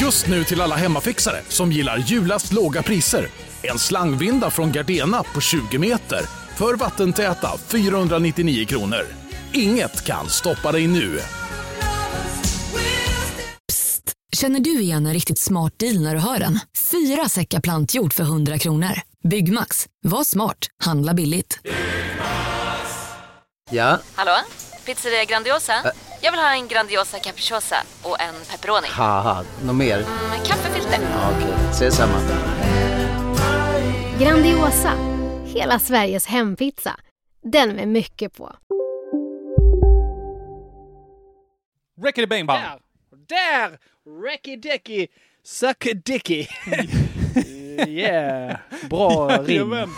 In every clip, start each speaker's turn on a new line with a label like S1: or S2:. S1: Just nu till alla hemmafixare som gillar julast låga priser. En slangvinda från Gardena på 20 meter för vattentäta 499 kronor. Inget kan stoppa dig nu.
S2: Psst! Känner du igen en riktigt smart deal när du hör den? Fyra säckar plantjord för 100 kronor. Byggmax, var smart, handla billigt.
S3: Ja,
S4: Hallå? Pizzeria Grandiosa? Jag vill ha en Grandiosa capriciosa och en pepperoni.
S3: haha, något mer?
S4: Med kaffefilter.
S3: Ja, Okej, ses samma.
S5: Grandiosa, hela Sveriges hempizza. Den med mycket på.
S6: Rickety bang bang.
S7: Där! Där! Recky Decky! Suck a Dicky! yeah! Bra rim.
S6: Jajamän.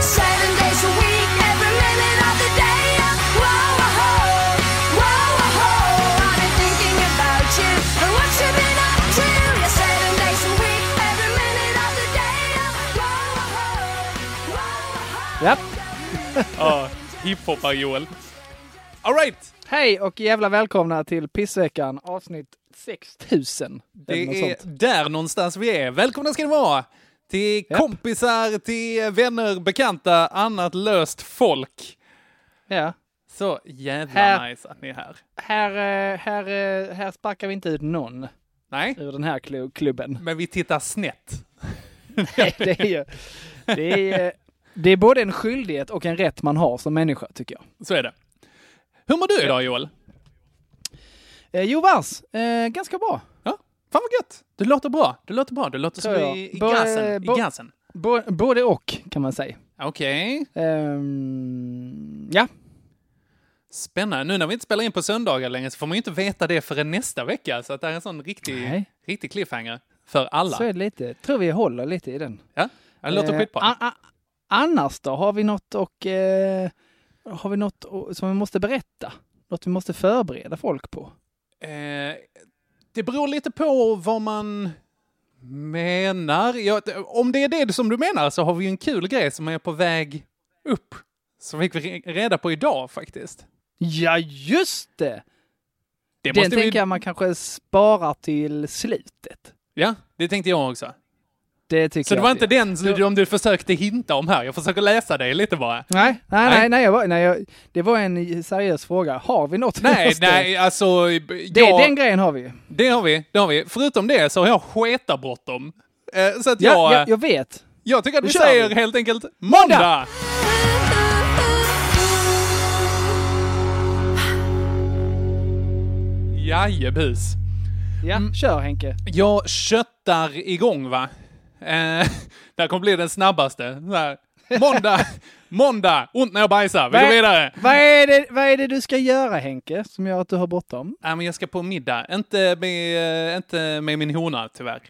S8: Seven days a week, every minute of the day. Whoa, whoa, whoa, whoa. I've been thinking about you and what you've been up to. Yeah, seven days a week, every minute of the day. Whoa, whoa, whoa.
S7: Japp.
S6: Ja, hiphoppar Joel. Alright!
S7: Hej och jävla välkomna till pissveckan avsnitt 6000.
S6: Det
S7: Eller något
S6: är
S7: sånt.
S6: där någonstans vi är. Välkomna ska ni vara! Till
S7: Japp.
S6: kompisar, till vänner, bekanta, annat löst folk.
S7: Ja.
S6: Så jävla
S7: Här.
S6: nice att ni är här.
S7: Här, eh, här, eh, här sparkar vi inte ut någon
S6: Nej,
S7: ur den här klu- klubben.
S6: men vi tittar snett.
S7: Nej, det är ju... Det är, eh, det är både en skyldighet och en rätt man har som människa, tycker jag.
S6: Så är det. Hur mår du idag Joel?
S7: Eh, jo, vars. Eh, ganska bra.
S6: Ja, fan vad gött! Du låter bra. Du låter bra. Du låter som
S7: Tror
S6: i,
S7: jag.
S6: i
S7: Bo-
S6: gasen. I
S7: bo-
S6: gasen.
S7: Bo, både och, kan man säga.
S6: Okej.
S7: Ehm, ja,
S6: Spännande. Nu när vi inte spelar in på söndagar längre så får man ju inte veta det förrän nästa vecka. Så att det här är en sån riktig,
S7: Nej.
S6: riktig cliffhanger för alla.
S7: så är det lite. Tror vi håller lite i den.
S6: Ja, Ja, det låter
S7: Eh,
S6: skitbra.
S7: a- a- annars då? Har vi något och eh, har vi något o- som vi måste berätta? Något vi måste förbereda folk på?
S6: Eh, det beror lite på vad man menar. Ja, t- om det är det som du menar så har vi ju en kul grej som är på väg upp. Som fick vi re- reda på idag faktiskt.
S7: Ja, just det!
S6: Det
S7: den
S6: vi-
S7: tänker jag man kanske sparar till slutet.
S6: Ja, det tänkte jag också.
S7: Det tycker
S6: Så det
S7: jag
S6: var
S7: att
S6: inte
S7: vi-
S6: den som du försökte hinta om här. Jag försöker läsa dig lite bara.
S7: Nej, nej,
S6: Nej.
S7: nej, nej, jag var, nej jag, det var en seriös fråga. Har vi något? vi
S6: Nej,
S7: måste-
S6: nej, alltså...
S7: Det,
S6: jag-
S7: Den grejen har vi ju.
S6: Det har vi, det har vi. Förutom det så har jag sketarbråttom. Eh, så att
S7: Ja,
S6: jag,
S7: jag,
S6: jag,
S7: jag vet.
S6: tycker att vi
S7: då kör
S6: säger
S7: vi.
S6: helt enkelt måndag! Jajebus.
S7: Ja,
S6: Mm.
S7: kör Henke.
S6: Jag köttar igång va? Eh, det här kommer bli den snabbaste. Så här. Måndag, måndag, ont när jag bajsar. Vi går
S7: Vad-
S6: vidare.
S7: Vad är, det, vad är det du ska göra Henke, som gör att du har bråttom?
S6: Nej, men jag ska på middag. Inte med, eh, inte med min hona tyvärr.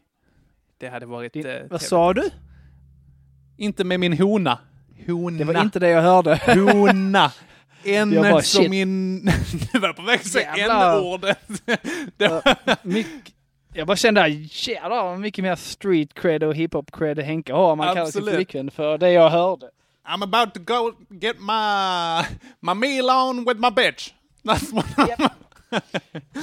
S6: Det hade varit... eh,
S7: Vad
S6: trevligt.
S7: sa du?
S6: Inte med min hona. Hona.
S7: Det var inte det jag hörde.
S6: Hona. En
S7: Jag bara,
S6: som
S7: shit.
S6: min... Du var på väg att säga
S7: Jävlar.
S6: n-ordet. Det var...
S7: Myck- jag bara kände, jävlar vad mycket mer street cred och hiphop cred Henke har. om Man kallar sin
S6: Absolut.
S7: flickvän för det jag hörde.
S6: I'm about to go get my, my meal on with my bitch. That's what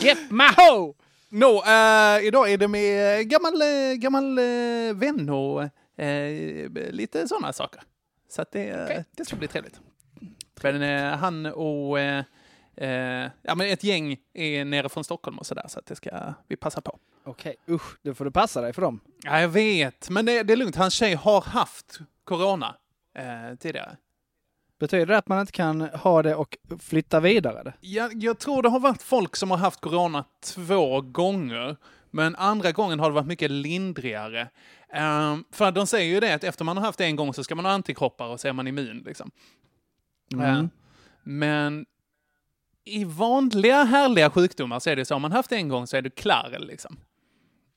S7: Get my hoe!
S6: No, eh, idag är det med eh, gammal, eh, gammal eh, vän och eh, lite sådana saker. Så att det, eh, det ska bli trevligt. Men eh, han och eh, eh, ja, men ett gäng är nere från Stockholm och sådär, så att det ska vi passa på.
S7: Okej, usch, då får du passa dig för dem.
S6: Ja, jag vet. Men det, det är lugnt. Hans tjej har haft corona eh, tidigare.
S7: Betyder det att man inte kan ha det och flytta vidare?
S6: Jag, jag tror det har varit folk som har haft corona två gånger. Men andra gången har det varit mycket lindrigare. Ehm, för de säger ju det att efter man har haft det en gång så ska man ha antikroppar och så är man immun. Liksom. Ehm, men i vanliga härliga sjukdomar så är det så. Om man haft det en gång så är du klar. Liksom.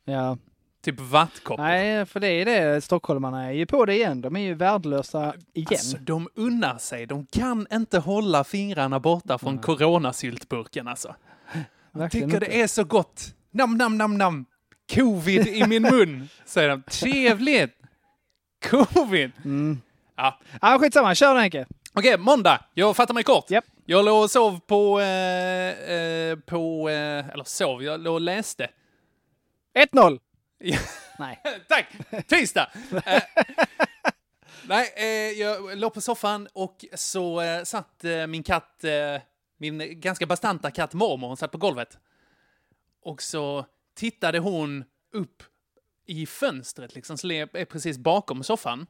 S7: Ja.
S6: Typ vattkoppor.
S7: Nej, för det är det stockholmarna är ju på det igen. De är ju värdelösa igen.
S6: Alltså, de unnar sig. De kan inte hålla fingrarna borta från coronasyltburken. Alltså. Jag
S7: Verkligen
S6: tycker
S7: inte.
S6: det är så gott. Nam, nam, nam, nam. Covid i min mun, säger de. Trevligt! Covid! Ja,
S7: Mm. Ah, skitsamma, kör då Henke!
S6: Okej, måndag. Jag fattar mig kort.
S7: Japp.
S6: Jag låg och sov på... Eh, eh, på eh, eller sov, jag låg och läste.
S7: 1-0!
S6: Ja.
S7: Nej.
S6: Tack! Tisdag! Eh, nej, eh, jag låg på soffan och så eh, satt eh, min katt, eh, min ganska bastanta katt mormor, hon satt på golvet. Och så tittade hon upp i fönstret, liksom, som är precis bakom soffan.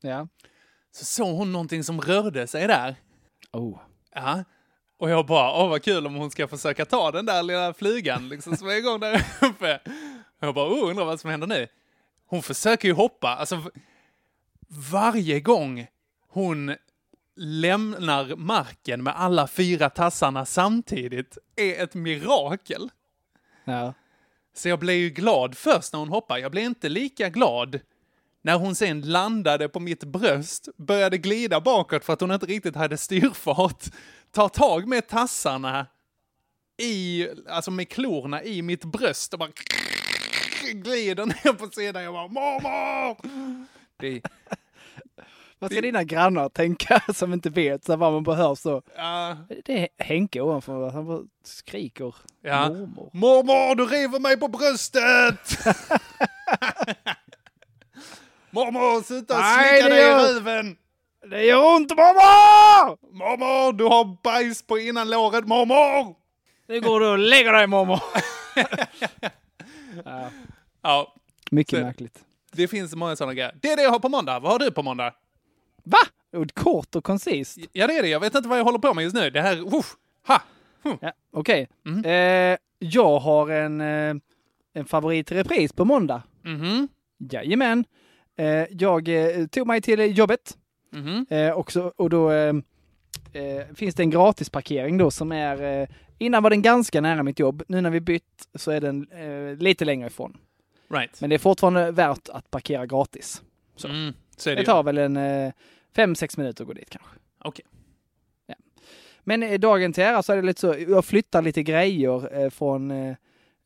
S7: Ja.
S6: Så såg hon någonting som rörde sig där.
S7: Oh.
S6: Ja. Och jag bara, åh vad kul om hon ska försöka ta den där lilla flygan liksom som är igång där uppe. Och jag bara, oh, undrar vad som händer nu. Hon försöker ju hoppa, alltså v- varje gång hon lämnar marken med alla fyra tassarna samtidigt är ett mirakel.
S7: Ja.
S6: Så jag blev ju glad först när hon hoppade. Jag blev inte lika glad när hon sen landade på mitt bröst, började glida bakåt för att hon inte riktigt hade styrfart, tar tag med tassarna i, alltså med klorna i mitt bröst och bara glider ner på sidan. Jag bara mormor! Det,
S7: Vad ska dina grannar tänka som inte vet? Så här, vad man bara hör så.
S6: ja,
S7: Det är Henke ovanför. Han bara skriker.
S6: ja.
S7: Mormor.
S6: Mormor, du river mig på bröstet! mormor, sluta
S7: Nej,
S6: slicka
S7: det
S6: dig i
S7: gör-
S6: röven!
S7: Det gör ont mormor!
S6: Mormor, du har bajs på innanlåret, mormor!
S7: Nu går du och lägger dig mormor.
S6: Ja,
S7: Mycket
S6: Så-
S7: märkligt.
S6: det finns många sådana grejer. Det är det jag har på måndag. Vad har du på måndag?
S7: Va? Jo, Kort och koncist.
S6: Ja, det är det. Jag vet inte vad jag håller på med just nu. Det här... Uff, ha!
S7: Ja, Okej. Eh, jag har en, eh, en favorit i repris på måndag.
S6: Mhm.
S7: Jajamän. Eh, jag eh, tog mig till jobbet
S6: Mhm.
S7: eh, och, så, och då eh, eh, finns det en gratisparkering då som är eh, Innan var den ganska nära mitt jobb. Nu när vi bytt så är den eh, lite längre ifrån.
S6: Right.
S7: Men det är fortfarande värt att parkera gratis.
S6: Så. Mm, så är det
S7: Det
S6: ju. Okej.
S7: tar väl en 5-6 minuter att gå dit kanske. Men eh, dagen till ära så är det lite så, jag flyttar lite grejer eh, från eh,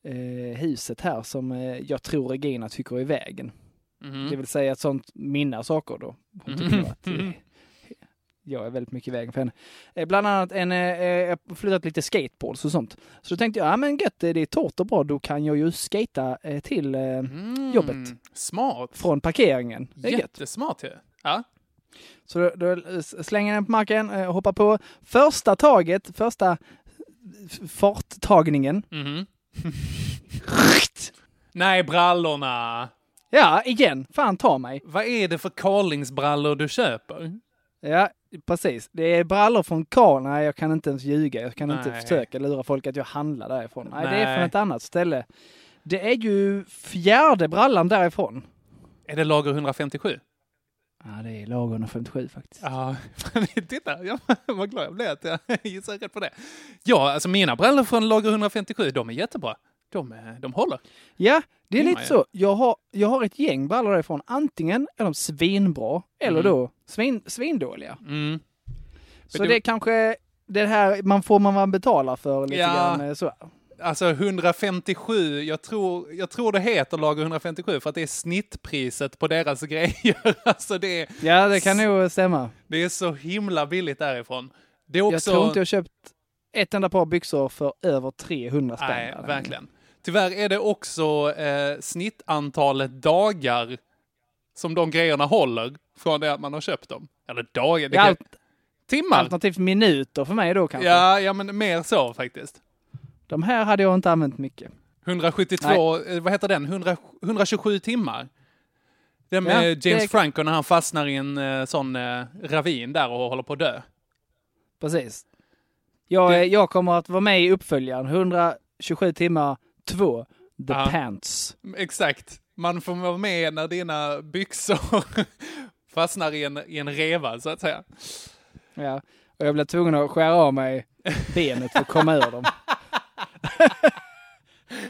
S7: eh, huset här som eh, jag tror Regina tycker är i vägen.
S6: Mhm.
S7: Det vill säga att sånt, mina saker då. Hon tycker att eh, jag är väldigt mycket i vägen för henne. Eh, bland annat en, eh, eh, jag har flyttat lite skateboards och sånt. Så då tänkte jag, ja men gött, eh, det är torrt och bra, då kan jag ju skata eh, till eh,
S6: Mm,
S7: jobbet.
S6: Smart.
S7: från parkeringen. Det är gött.
S6: Jättesmart ju. Ja.
S7: Så då, då eh, s- slänger jag den på marken, eh, hoppar på. Första taget, första f- farttagningen.
S6: Mhm. Nej, brallorna.
S7: Ja, igen. Fan ta mig.
S6: Vad är det för Carlingsbrallor du köper?
S7: Ja, precis. Det är brallor från Carl. Nej, jag kan inte ens ljuga. Jag kan inte
S6: Nej.
S7: försöka lura folk att jag handlar därifrån. Nej, det är
S6: Nej.
S7: från ett annat ställe. Det är ju fjärde brallan därifrån.
S6: Är det lager 157?
S7: Ja, det är lag 157 faktiskt.
S6: Ja, titta, jag, vad glad jag blev att jag gissade rätt på det. Ja, alltså mina brallor från lager 157, de är jättebra. De, är- de håller.
S7: Ja, det är
S6: Ja,
S7: lite
S6: ja.
S7: så. Jag har, jag har ett gäng brallor därifrån. Antingen är de svinbra eller då svin, svindåliga.
S6: Mm.
S7: Så
S6: det-
S7: det är kanske det här man får man vad man betalar för lite
S6: Ja.
S7: grann. eh, Så.
S6: Alltså 157, jag tror, jag tror det heter lager 157 för att det är snittpriset på deras grejer. Alltså det är,
S7: Ja, det kan nog stämma.
S6: det är så himla billigt därifrån. Det är
S7: Jag
S6: också...
S7: tror inte jag köpt ett enda par byxor för över 300 spänn.
S6: Nej,
S7: där.
S6: verkligen. Tyvärr är det också eh, snittantalet dagar som de grejerna håller från det att man har köpt dem. Eller dagar, det
S7: Ja,
S6: kan,
S7: alt-
S6: timmar.
S7: alternativt minuter för mig då kanske.
S6: Ja, ja, men mer så faktiskt.
S7: De här hade jag inte använt mycket.
S6: 172, eh, vad heter den? 100, 127 timmar. Den
S7: Ja,
S6: med
S7: det
S6: James
S7: är-
S6: Franco när han fastnar i en eh, sån eh, ravin där och håller på att dö.
S7: Precis. Jag,
S6: Det-
S7: är- jag kommer att vara med i uppföljaren 127 timmar 2. The
S6: Ja.
S7: Pants.
S6: Exakt. Man får vara med när dina byxor fastnar i en, i en reva, så att säga.
S7: Ja. Och jag blev tvungen att skära av mig benet för att komma ur dem.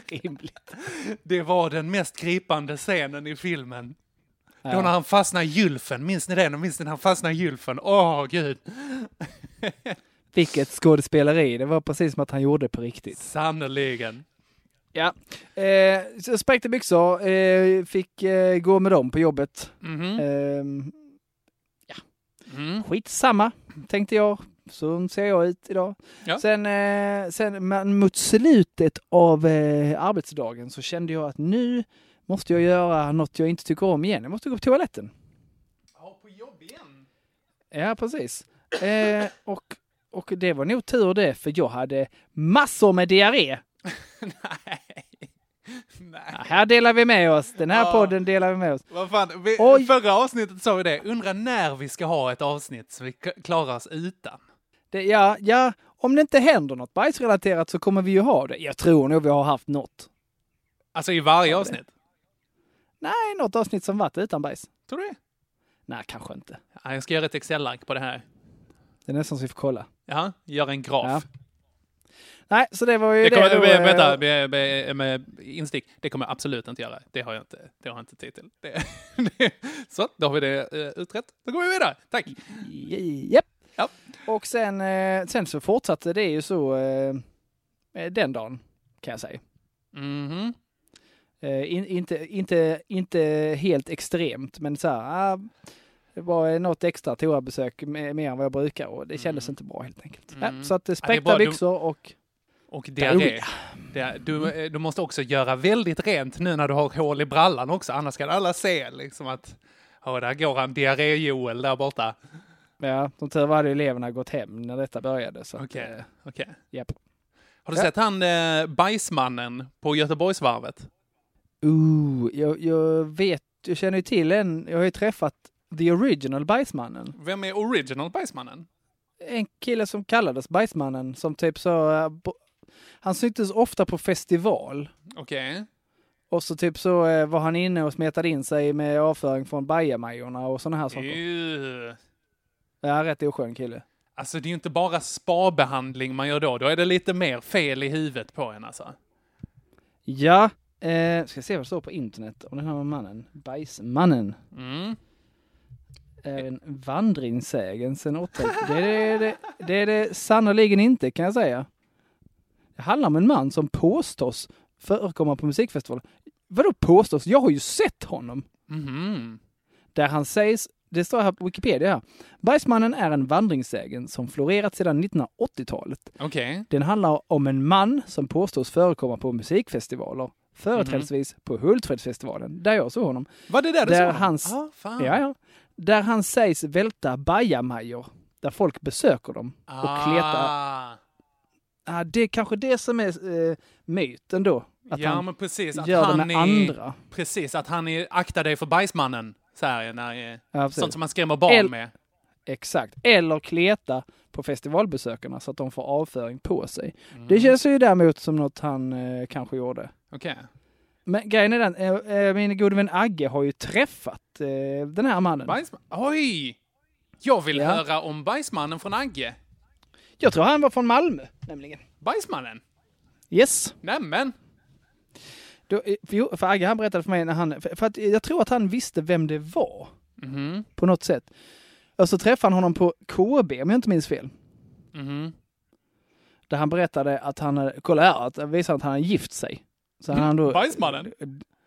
S7: Rimligt.
S6: Det var den mest gripande scenen i filmen. Då
S7: Ja.
S6: när han fastnar i gylfen, minns ni det? När- Minns ni när han fastnar i gylfen? Åh, gud.
S7: Vilket skådespeleri. Det var precis som att han gjorde på riktigt.
S6: Sannerligen.
S7: Ja. Eh, så jag spräckte byxor,
S6: Mm.
S7: eh, fick eh, gå med dem på jobbet.
S6: Mhm.
S7: Ehm, ja.
S6: Mm.
S7: Skitsamma, tänkte jag. Så ser jag ut idag.
S6: Ja.
S7: Sen, eh, sen men mot slutet av eh, arbetsdagen så kände jag att nu måste jag göra något jag inte tycker om igen. Jag måste gå på toaletten.
S6: på jobb igen.
S7: Ja, precis. Eh, och, och det var nog tur det, för jag hade massor med diarré.
S6: Nej. Nej.
S7: Här delar vi med oss. Den här
S6: Ja.
S7: podden delar vi med oss.
S6: Vad fan, vi,
S7: Oj.
S6: förra avsnittet sa vi det. Undrar när vi ska ha ett avsnitt så vi k- klarar oss utan.
S7: Det, ja, ja, om det inte händer något bajsrelaterat så kommer vi ju ha det. Jag tror nog vi har haft något.
S6: Alltså i varje avsnitt.
S7: Nej, något avsnitt som varit utan bajs.
S6: Tror du det?
S7: Nej, kanske inte.
S6: Ja, jag ska göra ett Excel-ark på det här.
S7: Det är nästan så vi får kolla.
S6: Ja, gör en graf.
S7: Ja. Nej, så det var ju
S6: Det
S7: det.
S6: kommer,
S7: då,
S6: be,
S7: eh,
S6: vänta, be, be, med instick. Det kommer jag absolut inte göra. Det har jag inte, det har jag inte tid till. Det, det, så, då har vi det eh, utrett. Då går vi vidare. Tack!
S7: eh, Japp.
S6: Ja.
S7: Och sen, eh, sen så fortsatte det ju så eh, eh, den dagen, kan jag säga.
S6: Mhm.
S7: Eh, in, inte, inte, inte helt extremt, men så här, ah, det var eh, något extra toabesök mer mer än vad jag brukar och det kändes inte bra helt enkelt. Ja, så att det
S6: Ja, det är
S7: spräckta
S6: bra. Du-
S7: byxor och
S6: Och
S7: Diarré.
S6: diarré. Det, du, eh, du måste också göra väldigt rent nu när du har hål i brallan också, annars kan alla se liksom att oh, där går han, diarré-Joel där borta.
S7: ja, som tur var hade eleverna gått hem när detta började. Så att,
S6: Okej,
S7: eh,
S6: okej.
S7: japp.
S6: Har du
S7: Ja.
S6: sett han eh, bajsmannen på Göteborgsvarvet?
S7: Ooh, jag, jag vet, jag känner ju till en, jag har ju träffat the original bajsmannen.
S6: Vem är original bajsmannen?
S7: en kille som kallades Bajsmannen som typ så... eh, bo- Han syntes ofta på festival.
S6: Okej.
S7: Och så typ så eh, var han inne och smetade in sig med avföring från bajamajorna och sådana här saker.
S6: Ew.
S7: Ja, rätt oskön kille.
S6: Alltså det är ju inte bara spabehandling man gör då, då är det lite mer fel i huvudet på en alltså.
S7: Ja, eh, ska se vad det står på internet om den här mannen. Bajsmannen.
S6: Mm.
S7: Är en vandringssägen sen 8... Det är det, det, det är det sannoliken inte kan jag säga. Det handlar om en man som påstås förekomma på musikfestivaler. Vadå påstås? Jag har ju sett honom!
S6: Mhm.
S7: där han sägs, det står här på Wikipedia, här, Bajsmannen är en vandringssägen som florerat sedan 1980-talet.
S6: Okej.
S7: Den handlar om en man som påstås förekomma på musikfestivaler, företrädesvis på Hultsfredsfestivalen, där jag såg honom.
S6: Var det där du
S7: Där
S6: sa?
S7: hans-
S6: Ah, fan.
S7: Ja, ja. Där han sägs välta bajamajor, där folk besöker dem och kletar.
S6: Ah.
S7: Ah, det är kanske det som är eh, myten då, att
S6: ja,
S7: han
S6: men precis. Att
S7: gör
S6: han
S7: det med
S6: är,
S7: andra.
S6: Precis, att han är, akta dig för bajsmannen. Så här, när, eh,
S7: Ja, precis.
S6: sånt som man skrämmer barn
S7: El-
S6: med.
S7: Exakt. Eller kleta på festivalbesökarna så att de får avföring på sig.
S6: Mm.
S7: Det känns ju däremot som något han eh, kanske gjorde.
S6: Okej.
S7: Men grejen är den, eh, eh, min gode vän Agge har ju träffat eh, den här mannen.
S6: Bajsman... Oj! Jag vill
S7: Ja.
S6: höra om bajsmannen från Agge.
S7: Jag tror han var från Malmö, nämligen.
S6: Bajsmannen?
S7: Yes.
S6: Nämen!
S7: Då, eh, för, jo, för Agge han berättade för mig när han, för, för att jag tror att han visste vem det var. På något sätt. Och så träffade han honom på KB om jag inte minns fel. Där han berättade att han, hade- kolla här, att visade att han hade gift sig. Så han då,
S6: Bajsmannen?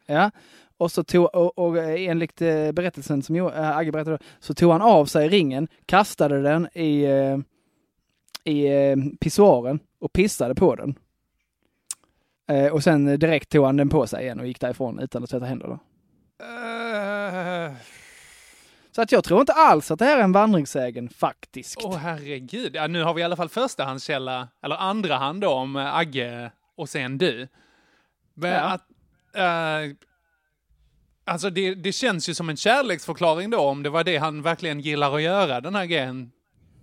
S7: Ja. Och så tog, och, och enligt eh, berättelsen som jo, eh, Agge berättade, så tog han av sig ringen, kastade den i, eh, i eh, pissoaren och pissade på den. Eh, Och sen direkt tog han den på sig igen och gick därifrån utan att tvätta händerna.
S6: Eh,
S7: Så att jag tror inte alls att det här är en vandringssägen faktiskt.
S6: Åh herregud. Ja, nu har vi i alla fall förstahandskälla, eller andra hand då, om eh, Agge och sen du. Men
S7: Ja.
S6: att... eh, alltså det, det känns ju som en kärleksförklaring då, om det var det han verkligen gillar att göra, den här grejen.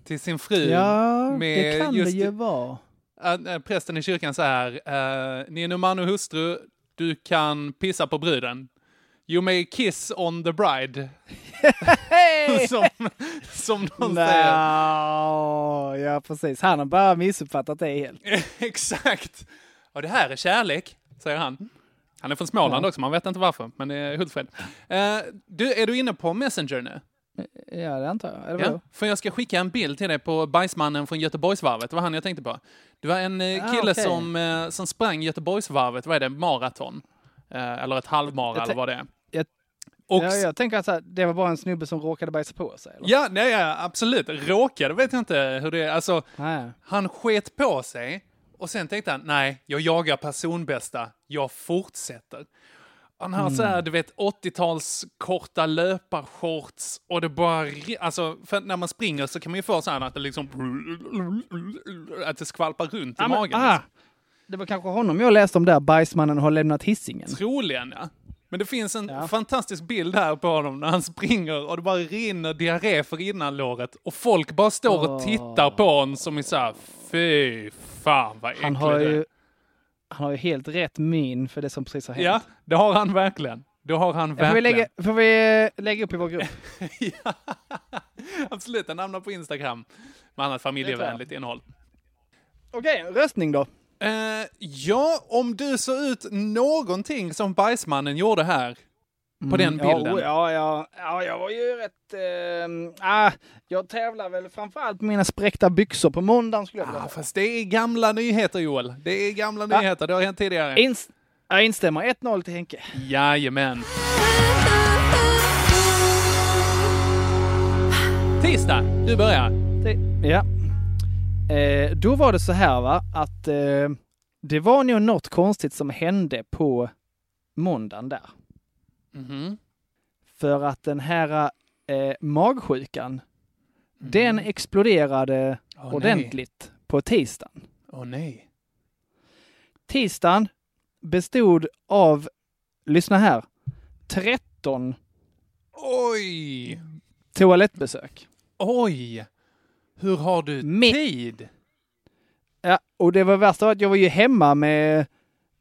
S6: Till sin fru.
S7: ja, det
S6: med
S7: kan
S6: just-
S7: det ju vara.
S6: Äh, äh, prästen i kyrkan så här. eh, ni är nu man och hustru, du kan pissa på bruden. You may kiss on the bride. som, som de säger.
S7: Nå, ja precis. Han har bara missuppfattat det helt.
S6: Exakt. Och det här är kärlek, säger han. Han är från Småland också, man vet inte varför, men det är Hultsfred. Eh, du, är du inne på Messenger nu?
S7: Ja, det antar jag. Eller
S6: Ja,
S7: vadå?
S6: för jag ska skicka en bild till dig på bajsmannen från Göteborgsvarvet. Det var han jag tänkte på. Det var en eh,
S7: Ah,
S6: kille
S7: okej.
S6: som, eh, som sprang Göteborgsvarvet, vad är det, maraton? Eh, Eller ett halvmara
S7: Jag
S6: eller
S7: tän-
S6: vad det är.
S7: jag
S6: Och
S7: Ja,
S6: s-
S7: jag tänker att så här, det var bara en snubbe som råkade bajsa på sig. Eller?
S6: Ja, nej, ja, absolut. Råkade vet jag inte hur det är. Alltså,
S7: Nej.
S6: han sket på sig och sen tänkte han, nej, jag jagar personbästa, jag fortsätter. Han har så
S7: Mm.
S6: här, du vet, 80-tals korta löparshorts och det bara... ri- Alltså, för att när man springer så kan man ju få så här att det liksom... Att det skvalpar runt i
S7: Ja, men,
S6: magen. liksom.
S7: ah, det var kanske honom jag läste om där, bajsmannen har lämnat hissingen.
S6: Troligen, ja. Men det finns en fantastisk bild här på honom när han springer och det bara rinner diarré för innanlåret och folk bara står och tittar på honom som är såhär, fy fan vad äcklig
S7: Han har,
S6: du är."
S7: ju, han har ju helt rätt min för det som precis har hänt.
S6: Ja, det har han verkligen. Det har han
S7: Får vi,
S6: verkligen.
S7: lägga, får vi eh, lägga upp i vår grupp?
S6: ja. Absolut, han hamnar på Instagram med annat familjevänligt innehåll.
S7: Okej, röstning då.
S6: Eh, ja, om du såg ut någonting som bajsmannen gjorde här, på den bilden.
S7: Ja, ja, ja, ja, jag var ju rätt... Eh, ah, jag tävlar väl framförallt med mina spräckta byxor på måndagen skulle jag vilja
S6: Ah,
S7: säga.
S6: fast det är gamla nyheter, Joel. Det är gamla
S7: Va?
S6: nyheter. Det har hänt tidigare.
S7: Ins- jag instämmer, 1-0 till Henke.
S6: Jajamän. Tisdag, du börjar.
S7: Det, ja. Eh, då var det så här va, att eh, det var nog något konstigt som hände på måndagen där.
S6: Mhm.
S7: För att den här eh, magsjukan, den exploderade
S6: Mm. Åh,
S7: ordentligt på tisdagen.
S6: Åh nej.
S7: Tisdagen bestod av, lyssna här, 13
S6: Oj!
S7: toalettbesök.
S6: Oj! Hur har du
S7: Mitt-
S6: tid?
S7: Ja, och det var värsta var att jag var ju hemma med,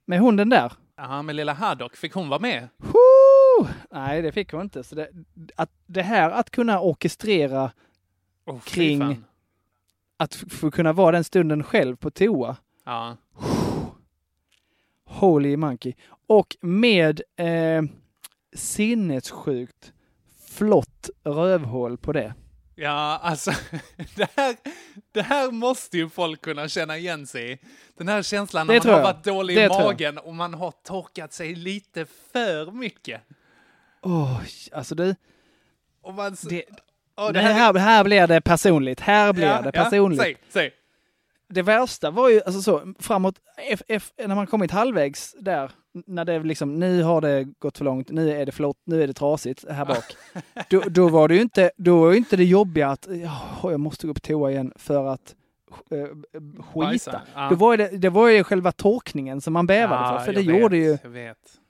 S7: med hunden där.
S6: Ja, men lilla Haddock, fick hon vara med?
S7: Woo! Nej, det fick hon inte. Så det, att, det här att kunna orkestrera,
S6: Åh, fy
S7: Kring-
S6: fan.
S7: att f- få kunna vara den stunden själv på toa,
S6: Ja.
S7: holy monkey. Och med eh, sinnessjukt flott rövhål på det.
S6: Ja, alltså, det här, det här måste ju folk kunna känna igen sig i. Den här känslan när
S7: Det
S6: man
S7: tror
S6: har
S7: jag.
S6: varit dålig i
S7: Det tror jag.
S6: magen och man har torkat sig lite för mycket.
S7: Åh, alltså du.
S6: Och man, s-
S7: Det,
S6: Åh,
S7: det här, här, här blir det personligt. Här blir
S6: Ja,
S7: det
S6: ja,
S7: personligt.
S6: säg, säg.
S7: det värsta var ju alltså så, framåt, F, F, när man kommit halvvägs där, när det liksom, nu har det gått för långt, nu är det flott, nu är det trasigt här bak. då, då var det ju inte, då var ju inte det jobbiga att "Jaha, jag måste gå på toa igen för att eh, skita.
S6: Bajsa, ja.
S7: Då var det, det var ju själva torkningen som man bävade
S6: Ja,
S7: för, för det
S6: jag
S7: gjorde
S6: vet,
S7: ju...
S6: Jag vet.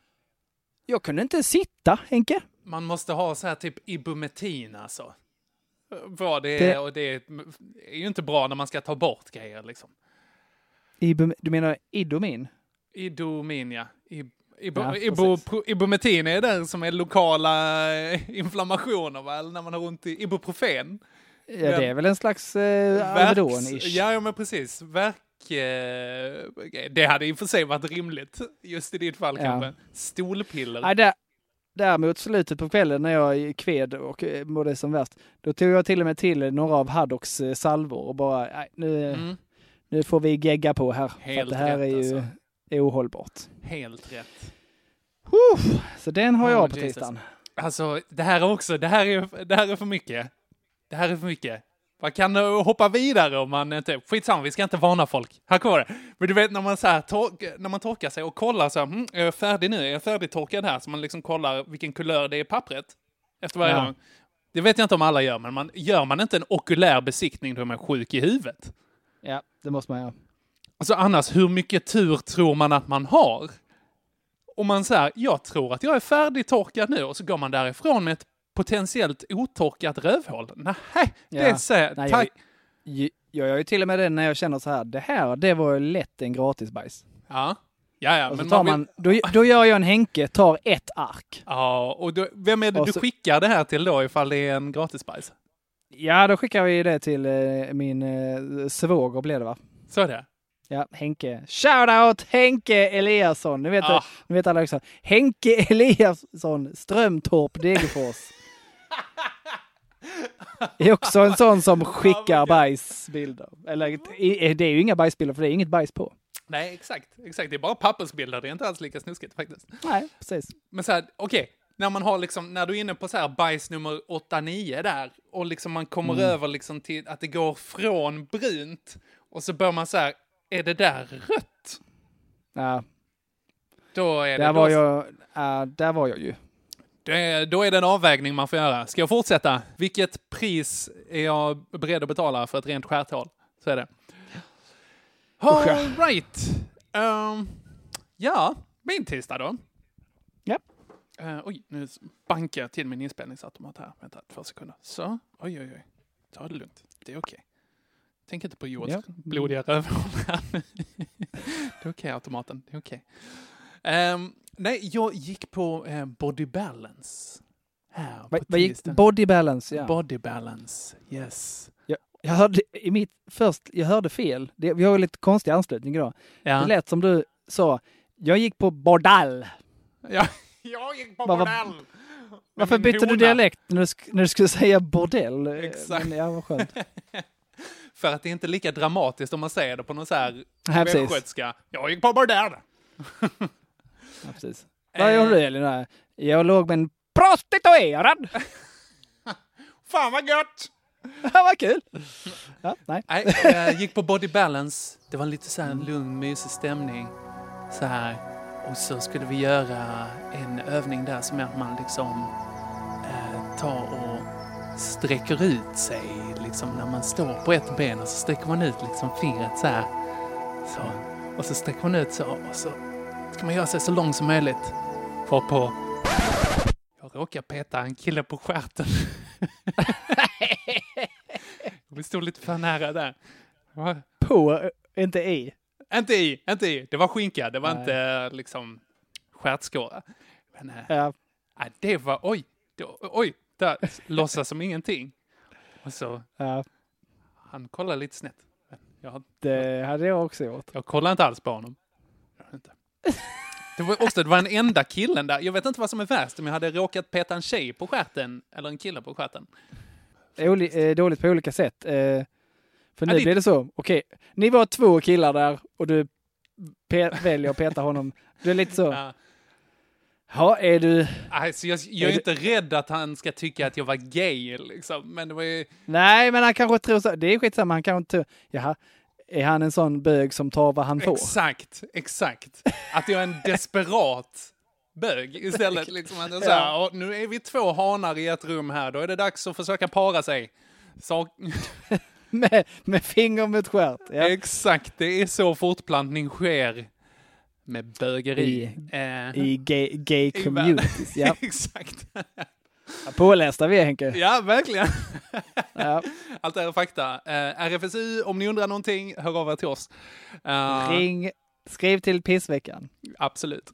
S7: Jag kunde inte sitta, Henke.
S6: Man måste ha så här typ ibumetin alltså. Vad det är
S7: Det-
S6: och det är, är ju inte bra när man ska ta bort grejer liksom.
S7: Ibum, du menar Idomin?
S6: Idomin ja. Ib- Ibo,
S7: Ja,
S6: ibo,
S7: precis.
S6: pro, ibumetin är det som är lokala eh, inflammationer va? Eller när man har ont i ibuprofen.
S7: Ja, det är väl en slags eh,
S6: Värks-
S7: Alvedon-ish.
S6: ja, ja men precis. Verk... Eh, okej, det hade i och för sig varit rimligt. Just i ditt fall
S7: Ja.
S6: kanske. Stolpiller.
S7: Nej, där, däremot slutet på kvällen när jag kved och eh, mådde som värst, då tog jag till och med till några av Haddocks eh, salvor och bara, nej, nu,
S6: Mm.
S7: nu får vi gegga på här. för att
S6: Helt
S7: det här
S6: rätt,
S7: är ju
S6: alltså.
S7: är ohållbart.
S6: Helt rätt.
S7: Uff, så den har jag
S6: Oh,
S7: på
S6: Jesus.
S7: tisdagen.
S6: Alltså, det här är också, det här är, det här är för mycket. Det här är för mycket. Man kan eh, hoppa vidare om man inte... Skitsamma, vi ska inte varna folk. Här kommer det. Men du vet när man, så här, tork, när man torkar sig och kollar så här, mm, är jag färdig nu? Är jag färdigtorkad här? Så man liksom kollar vilken kulör det är i pappret. Efter varje
S7: Ja.
S6: gång. Det vet jag inte om alla gör, men man, gör man inte en okulär besiktning då är man sjuk i huvudet.
S7: Ja, det måste man göra.
S6: Alltså annars, hur mycket tur tror man att man har? Om man säger, jag tror att jag är färdigtorkad nu, och så går man därifrån med ett potentiellt otorkat rövhål. Nej,
S7: Ja.
S6: det säger...
S7: Nej,
S6: tack.
S7: Jag, jag gör ju till och med det när jag känner så här, det här, det var ju lätt en gratisbajs.
S6: Ja, ja, ja
S7: Och så
S6: men
S7: tar
S6: man vill...
S7: man, då, då gör jag en Henke, tar ett ark.
S6: Ja, och då, vem är det
S7: Och
S6: du
S7: så-
S6: skickar det här till då, ifall det är en gratisbajs?
S7: Ja, då skickar vi det till eh, min eh, svåger blev det va?
S6: Så är det?
S7: Ja, Henke. Shoutout Henke Eliasson. Nu vet,
S6: Ah.
S7: nu vet alla också. Henke Eliasson, Strömtorp, Degerfors. är också en sån som skickar bajsbilder. Eller i- det är ju inga bajsbilder för det är inget bajs på.
S6: Nej, exakt. exakt. Det är bara pappersbilder, det är inte alls lika snuskigt faktiskt.
S7: Nej, precis.
S6: Men så här, okej, När man har liksom, när du är inne på så här bajs nummer 8-9 där och liksom man kommer över liksom till att det går från brunt och så bör man så här, är det där rött?
S7: Ja,
S6: Då är det,
S7: där var
S6: då,
S7: jag, ja, där var jag ju.
S6: det, då är det en avvägning man får göra. Ska jag fortsätta? Vilket pris är jag beredd att betala för ett rent stjärthål? Så är det.
S7: Usch, ja.
S6: All right. Ehm, ja, min tisdag då.
S7: Ja.
S6: Eh, oj, nu bankar jag till min inspelningsautomat här. Vänta, två sekunder. Så. Oj, oj, oj. Ta det lugnt. Det är okej. Tänk inte på Joels
S7: Ja.
S6: blodiga rövhål här. det är okej, automaten. Det är okej. Ehm, nej, jag gick på eh, Body Balance. Här
S7: Vad
S6: på
S7: vad gick?
S6: tisdagen.
S7: Body balance, ja.
S6: Body Balance. Yes.
S7: Jag hörde, i mitt, först, jag hörde fel. Det, vi har ju lite konstig anslutning idag. Det
S6: Ja.
S7: lät som du sa, jag gick på bordell.
S6: ja. Jag gick på
S7: Vad var-
S6: bordell! Med
S7: Varför
S6: min
S7: bytte du
S6: hona.
S7: dialekt när du, sk- när du skulle säga bordell? Eh,
S6: Exakt.
S7: Men, ja, vad skönt.
S6: För att det är inte lika dramatiskt om man säger det på någon så här
S7: Nej, precis.
S6: västgötska. Jag gick på bordell!
S7: Ja, precis. Vad gjorde du
S6: Eh.
S7: Elin? där? Jag låg med en prostituerad.
S6: Fan vad gött!
S7: vad kul! Ja, nej.
S6: Nej, jag gick på Body Balance. Det var lite så här en lugn, mysig stämning. Så här. Och så skulle vi göra en övning där som är att man liksom eh, tar och sträcker ut sig. Liksom när man står på ett ben och så sträcker man ut liksom fingret så här. Så. Och så sträcker man ut så och så ska man göra sig så lång som möjligt. För på... Jag råkar peta en kille på stjärten. Vi stod lite för nära där. Det var-
S7: På, eh, inte i.
S6: Inte i, inte i. Det var skinka, det var
S7: Nej.
S6: inte liksom stjärtskåra. Men eh,
S7: Ja,
S6: nej, det var, oj, det, oj, där, låtsas som ingenting. Och så,
S7: ja,
S6: han kollade lite snett. Men Jag,
S7: det hade jag också gjort.
S6: jag kollade inte alls på honom. Jag vet inte. Det var också, det var den enda killen där. Jag vet inte vad som är värst, om jag hade råkat peta en tjej på stjärten eller en kille på stjärten.
S7: Oli, eh, dåligt på olika sätt. Eh, för
S6: Ja,
S7: nu
S6: det-
S7: blir det så. Okej, ni var två killar där och du pe- väljer att peta honom. Du är lite så.
S6: Ja.
S7: Ja, är du...
S6: Alltså, jag, jag är
S7: Är
S6: inte rädd att han ska tycka att jag var gay, liksom. Men det var ju...
S7: Nej, men han kanske tror så. Det är skitsamma, han kanske inte... Jaha, är han en sån bög som tar vad han får?
S6: Exakt, exakt. Att jag är en desperat bög istället. Liksom att jag så här, "Åh, nu är vi två hanar i ett rum här, då är det dags att försöka para sig. Så,
S7: Med, med finger mot stjärt. Ja.
S6: exakt, det är så fortplantning sker med bögeri. Eh,
S7: I gay, gay
S6: i
S7: communities.
S6: världen.
S7: Ja.
S6: exakt.
S7: Pålästa vi är, Henke.
S6: Ja, verkligen.
S7: Ja.
S6: Allt det här är fakta. Eh, RFSU, om ni undrar någonting, hör av er till oss. Eh,
S7: Ring, skriv till pissveckan.
S6: absolut.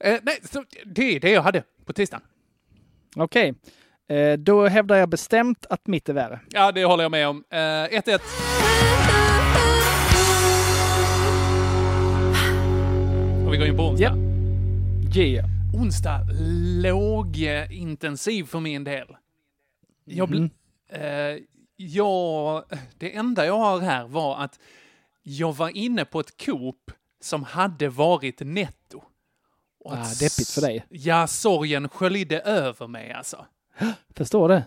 S6: Eh, nej, så, det är det jag hade på tisdagen.
S7: Okej, eh, då hävdar jag bestämt att mitt är värre.
S6: Ja, det håller jag med om. Eh, 1-1. och vi går in på onsdag.
S7: Ja. Yeah.
S6: Onsdag lågintensiv för min del. Jag, bl-
S7: Mm.
S6: eh, jag, det enda jag har här var att jag var inne på ett Coop som hade varit netto. Och
S7: Ah,
S6: att
S7: deppigt för dig.
S6: Ja, sorgen sköljde över mig alltså.
S7: Förstår det.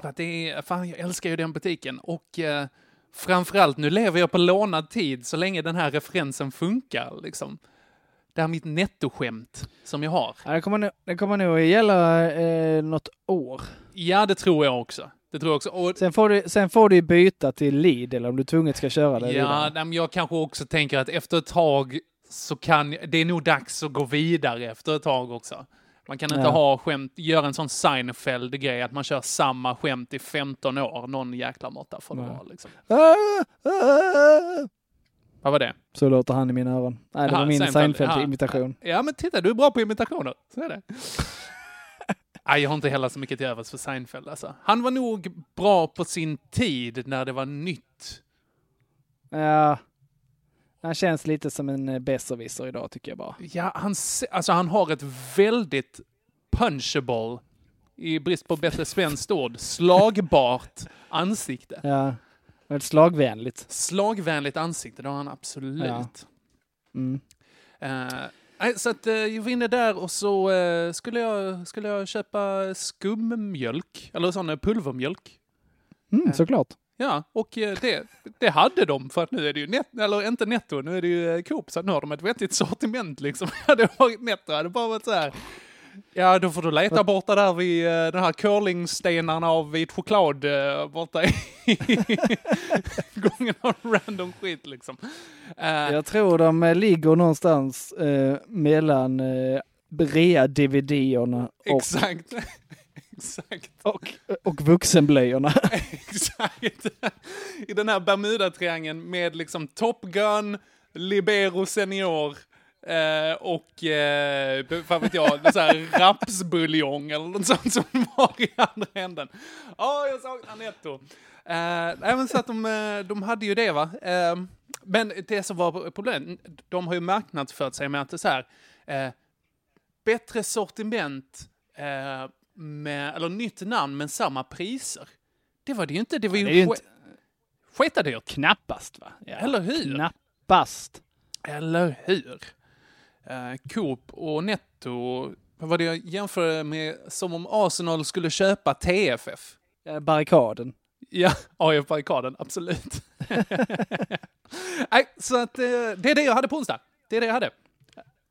S6: För att det är, fan, jag älskar ju den butiken. Och eh, framförallt, nu lever jag på lånad tid så länge den här referensen funkar. Liksom. Det här mitt nettoskämt som jag har.
S7: Ja, det, kommer nog, det kommer nog gälla eh, något år.
S6: Ja, det tror jag också. Det tror jag också. Och,
S7: Sen får, du, sen får du ju byta till Lidl om du tvunget ska köra det
S6: ja,
S7: vidare.
S6: nej, men jag kanske också tänker att efter ett tag så kan det är nog dags att gå vidare efter ett tag också. Man kan inte
S7: Ja.
S6: ha skämt, göra en sån Seinfeld-grej att man kör samma skämt i 15 år. Någon jäkla måtta får det
S7: Nej.
S6: vara. Liksom.
S7: Ah, ah.
S6: Vad var det?
S7: Så låter han i mina öron. Nej, det
S6: Aha,
S7: var min
S6: Seinfeld.
S7: Seinfeld-imitation.
S6: Ja, men titta, du är bra på imitationer. Så är det. Nej, jag har inte heller så mycket till övers för Seinfeld. Alltså. Han var nog bra på sin tid när det var nytt.
S7: Ja. Han känns lite som en eh, besserwisser idag tycker jag bara.
S6: Ja, han, se- alltså, han har ett väldigt punchable, i brist på bättre svenskt ord, slagbart ansikte.
S7: Ja. Väldigt slagvänligt.
S6: Slagvänligt ansikte, det har han absolut.
S7: Ja. Mm.
S6: Eh, Nej, så att eh, jag var inne där och så eh, skulle, jag, skulle jag köpa skummjölk, eller sån eh, pulvermjölk.
S7: Mm, såklart.
S6: Ja, och eh, det, det hade de för att nu är det ju net, eller inte netto, nu är det ju eh, Coop, så att nu har de ett vettigt sortiment liksom. Hade jag varit netto hade det bara varit så här. Ja, då får du leta borta där vid eh, den här curlingstenarna av vit choklad eh, borta i gången av random skit liksom. Eh,
S7: Jag tror de eh, ligger någonstans eh, mellan eh, brea dvd-erna och,
S6: Exakt. Exakt.
S7: och, och vuxenblöjorna.
S6: Exakt. I den här Bermuda-triangeln med liksom Top Gun, Libero Senior eh, och, eh, vad vet jag, någon så här rapsbuljong eller något sånt som var i andra änden. Ja, jag saknar netto. Eh, även så att de, eh, de hade ju det va. Eh, men det som var problemet, de har ju marknadsfört sig med att det är så här, eh, bättre sortiment, eh, med, eller nytt namn men samma priser. Det var det ju inte. Det var ju,
S7: Det är ju
S6: sk-
S7: inte-
S6: sketa dyrt.
S7: Knappast va? Ja.
S6: Eller hur?
S7: Knappast.
S6: Eller hur? Eh, Coop och Netto, vad var det jag jämförde med? Som om Arsenal skulle köpa TFF.
S7: Eh, Barrikaden.
S6: Ja, AIF Barrikaden, absolut. Nej, så att eh, det är det jag hade på onsdag. Det är det jag hade.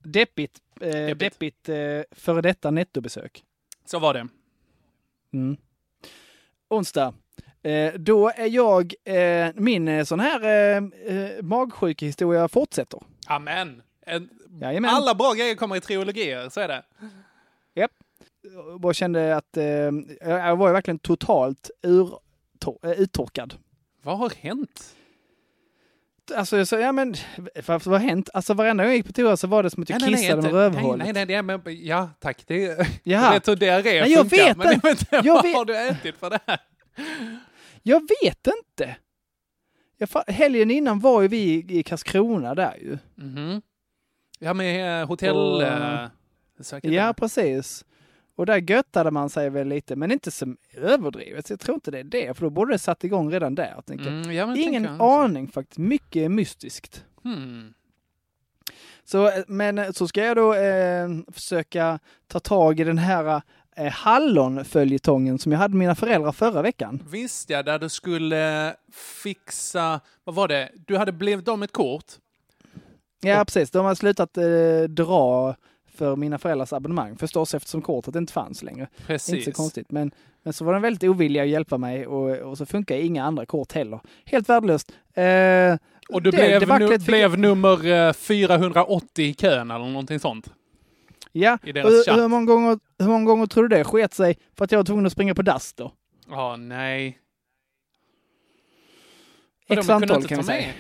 S7: Deppigt, eh,
S6: Deppigt.
S7: deppigt. eh, före detta nettobesök.
S6: Så var det.
S7: Mm. Onsdag. Eh, då är jag, eh, min eh, sån här eh, eh, magsjukehistoria fortsätter.
S6: Amen. En,
S7: Jajamän.
S6: alla bra grejer kommer i trilogier, så är det.
S7: Jag bara kände att eh, jag- jag var ju verkligen totalt ur, to, eh, uttorkad.
S6: Vad har hänt?
S7: Alltså jag sa, ja men vad vad har hänt? Alltså varenda gång jag gick på toa så var det som att jag kissade med
S6: nej,
S7: rövhålet.
S6: nej, nej, nej, men ja, tack. Det är,
S7: Jaha.
S6: jag vet hur diarré
S7: Nej, jag
S6: funkar,
S7: vet
S6: men jag
S7: inte.
S6: vet inte.
S7: Jag
S6: Vad
S7: vet-
S6: har du ätit för det här?
S7: Jag vet inte. Jag fa- helgen innan var ju vi i, i Karlskrona där ju.
S6: Mhm. Ja, med eh, hotell...
S7: Och,
S6: eh, säkert.
S7: Ja, precis. Och där göttade man sig väl lite, men inte som överdrivet. Så jag tror inte det är det, för då borde det satt igång redan där. Jag tänker.
S6: Mm, ja, men
S7: Ingen
S6: tänker jag.
S7: aning faktiskt. Mycket mystiskt.
S6: Hmm.
S7: Så, eh, men eh, så ska jag då eh, försöka ta tag i den här eh, hallonföljetongen som jag hade med mina föräldrar förra veckan.
S6: Visst ja, där du skulle fixa... Vad var det? Du hade blivit av med ett kort.
S7: Ja, precis. De har slutat eh, dra för mina föräldrars abonnemang förstås eftersom kortet inte fanns längre.
S6: Precis.
S7: Inte så konstigt. Men, men så var de väldigt ovilliga att hjälpa mig och, och så funkar inga andra kort heller. Helt värdelöst. Eh,
S6: Och du
S7: det
S6: blev,
S7: debaclet
S6: nu,
S7: fick-
S6: blev nummer eh, 480 i kön eller någonting sånt.
S7: Ja,
S6: i
S7: och
S6: deras chatt.
S7: hur, hur, många gånger, hur många gånger tror du det sket sig för att jag var tvungen att springa på dass då?
S6: Ja, nej. Vadå,
S7: X
S6: men kunde du
S7: antal
S6: inte
S7: kan vi
S6: ta
S7: säga.
S6: med?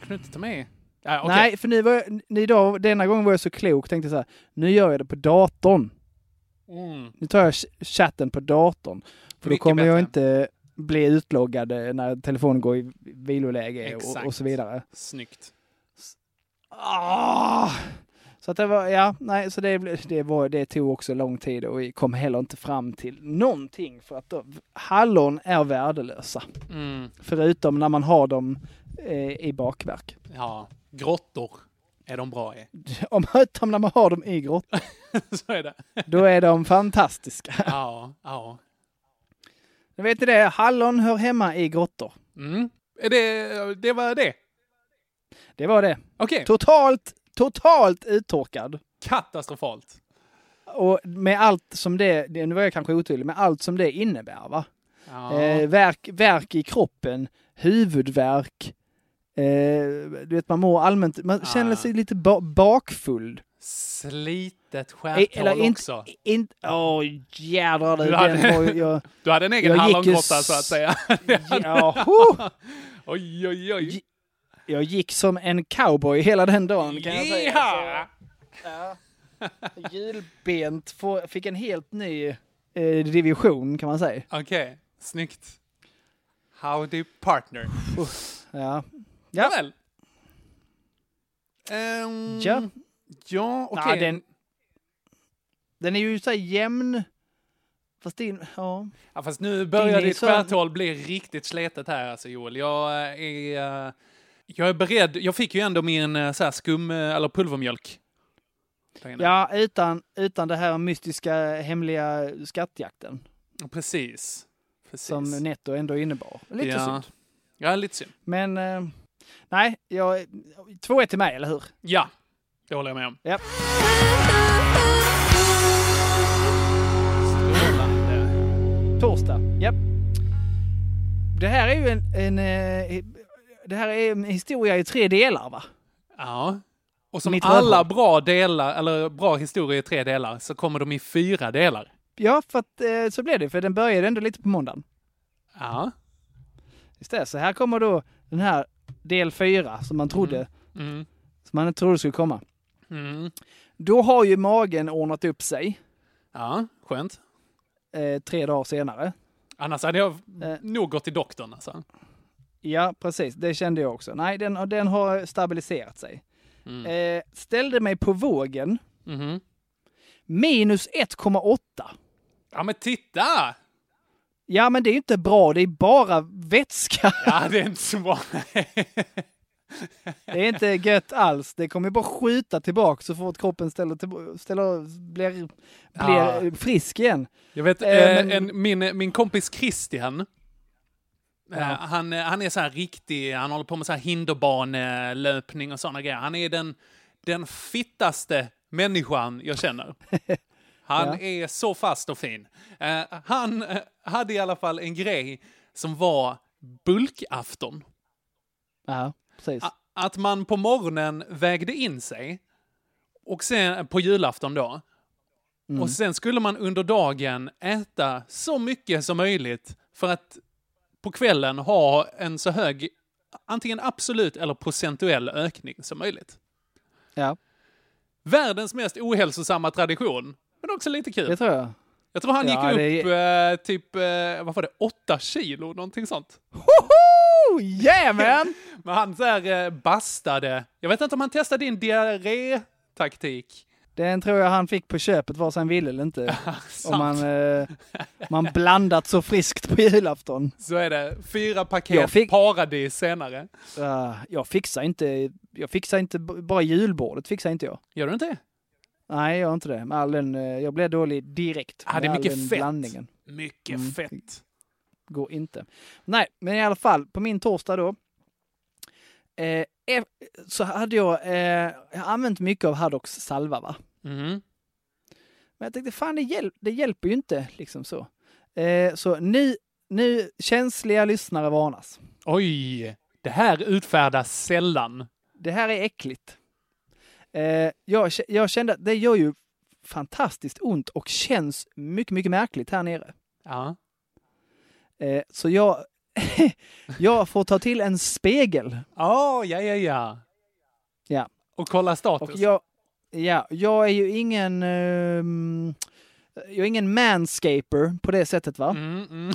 S6: Kunde du inte ta med? Ja, okej.
S7: Nej, för ni var, ni då, denna gången var jag så klok tänkte så här, nu gör jag det på datorn.
S6: Mm.
S7: Nu tar jag ch- chatten på datorn. För då
S6: Mycket
S7: kommer jag
S6: bättre.
S7: inte bli utloggad eh, när telefonen går i viloläge och, och
S6: Exakt.
S7: så vidare.
S6: Snyggt.
S7: Ah! Så att det var, ja, nej, så det, blev- det, var, det tog också lång tid och vi kom heller inte fram till någonting för att då, hallon är värdelösa.
S6: Mm.
S7: Förutom när man har dem eh, i bakverk.
S6: Ja, grottor är de bra i.
S7: Om, utom när man har dem i grottor,
S6: Så är det.
S7: då är de fantastiska.
S6: Ja, ja.
S7: Nu vet ni det, hallon hör hemma i grottor.
S6: Mm. Är Det, det var det.
S7: Det var det.
S6: Okej,
S7: Totalt, totalt uttorkad.
S6: katastrofalt.
S7: Och med allt som det, det- nu var jag kanske otydlig, med allt som det innebär va?
S6: Ja.
S7: Eh, verk, verk i kroppen, huvudvärk. Eh, du vet man mår allmänt, man känner sig lite ba- bakfull.
S6: Slitet
S7: Eh,
S6: stjärthål
S7: Eller inte,
S6: också.
S7: inte, åh jädrar du,
S6: Du hade-
S7: den var ju, jag,
S6: Du hade en egen
S7: Jag gick ju
S6: hallongrotta
S7: s-
S6: så att säga.
S7: ja, ho!
S6: oj, oj, oj.
S7: J- jag gick som en cowboy hela den dagen kan jag säga. alltså?
S6: Jaha!
S7: Julbent få- fick en helt ny eh, division kan man säga.
S6: Okej, snyggt. Howdy partner.
S7: Ja,
S6: Ja. Väl. Ehm,
S7: ja.
S6: ja okej.
S7: Ja, den, den är ju så här jämn. Fast din, ja.
S6: Ja, fast nu börjar
S7: Din är
S6: ditt
S7: så-
S6: stjärthål bli riktigt sletet här alltså Joel. Jag eh, är, eh, jag är beredd. Jag fick ju ändå min eh, så här skum eh, eller pulvermjölk. där inne.
S7: Ja, utan, utan det här mystiska hemliga skattjakten
S6: Precis. Precis.
S7: som Netto ändå innebar. Lite
S6: ja.
S7: synd.
S6: Ja, lite synd.
S7: Men eh, nej, jag, två är till mig, eller hur?
S6: Ja, det håller jag med om.
S7: Ja.
S6: Strålande.
S7: Torsdag. Japp. Det här är ju en, en, eh, det här är en historia i tre delar, va?
S6: Ja. Och som
S7: Mitt
S6: alla
S7: rövhål.
S6: bra delar, eller bra historier i tre delar, så kommer de i fyra delar.
S7: Ja, för att, eh, så blev det, för den började ändå lite på måndagen.
S6: Ja.
S7: Just det, så här kommer då den här del fyra som man trodde,
S6: Mm.
S7: som man inte trodde skulle komma.
S6: Mm.
S7: Då har ju magen ordnat upp sig
S6: Ja, skönt.
S7: eh, tre dagar senare.
S6: Annars hade jag
S7: Eh.
S6: nog gått till doktorn alltså.
S7: Ja, precis. Det kände jag också. Nej, den, den har stabiliserat sig.
S6: Mm.
S7: Eh, ställde mig på vågen.
S6: Mhm.
S7: Minus 1,8.
S6: Ja, men titta!
S7: Ja, men det är ju inte bra. Det är bara vätska.
S6: Ja, det är inte så bra.
S7: Det är inte gött alls. Det kommer ju bara skjuta tillbaka så fort kroppen ställer, till, ställer blir, blir
S6: Ja.
S7: eh, frisk igen.
S6: Jag vet, eh,
S7: men-
S6: en, min, min kompis Christian, eh, han, eh, han är så här riktig, han håller på med så här hinderbanelöpning och sådana grejer. Han är den, den fittaste människan jag känner. Han
S7: Ja.
S6: är så fast och fin. Eh, han eh, hade i alla fall en grej som var bulkafton.
S7: Ja, precis.
S6: A- Att man på morgonen vägde in sig, och sen, på julafton då,
S7: Mm.
S6: och sen skulle man under dagen äta så mycket som möjligt för att på kvällen ha en så hög, antingen absolut eller procentuell ökning som möjligt.
S7: Ja,
S6: Världens mest ohälsosamma tradition, men också lite kul.
S7: det tror jag.
S6: Jag tror han
S7: Ja,
S6: gick
S7: det
S6: upp eh, typ, eh, vad var det, åtta kilo, någonting sånt.
S7: Hoho! Yeah man!
S6: Men han så här eh, bastade. Jag vet inte om han testade din diarré-taktik.
S7: Den tror jag han fick på köpet vare sig han ville eller inte.
S6: Sant.
S7: Om man, eh, man blandat så friskt på julafton.
S6: Så är det. Fyra
S7: Jag
S6: paket
S7: fick-
S6: paradis senare.
S7: Ah, jag fixar inte, jag fixar inte, b- bara julbordet fixar inte jag.
S6: Gör du inte det?
S7: Nej, jag gör inte det. Med all den, eh, jag blev dålig direkt.
S6: Ah, det är
S7: med all
S6: mycket
S7: den
S6: fett.
S7: Blandningen
S6: Mycket
S7: Mm.
S6: fett.
S7: går inte. Nej, men i alla fall, på min torsdag då. Eh, ev- så hade jag, eh, jag har använt mycket av Haddocks salva va.
S6: Mm.
S7: Men jag tänkte fan det, hjäl- det hjälper ju inte liksom så. Eh, så nu, nu känsliga lyssnare varnas.
S6: Oj! Det här utfärdas sällan.
S7: Det här är äckligt. Eh, jag, kä- jag kände att det gör ju fantastiskt ont och känns mycket, mycket märkligt här nere.
S6: Ja.
S7: Eh, så jag, jag får ta till en spegel.
S6: Åh, ja, ja, ja.
S7: Ja.
S6: Och kolla status.
S7: Och jag, ja, jag är ju ingen, ehm, jag är ingen manscaper på det sättet va?
S6: Mm, mm.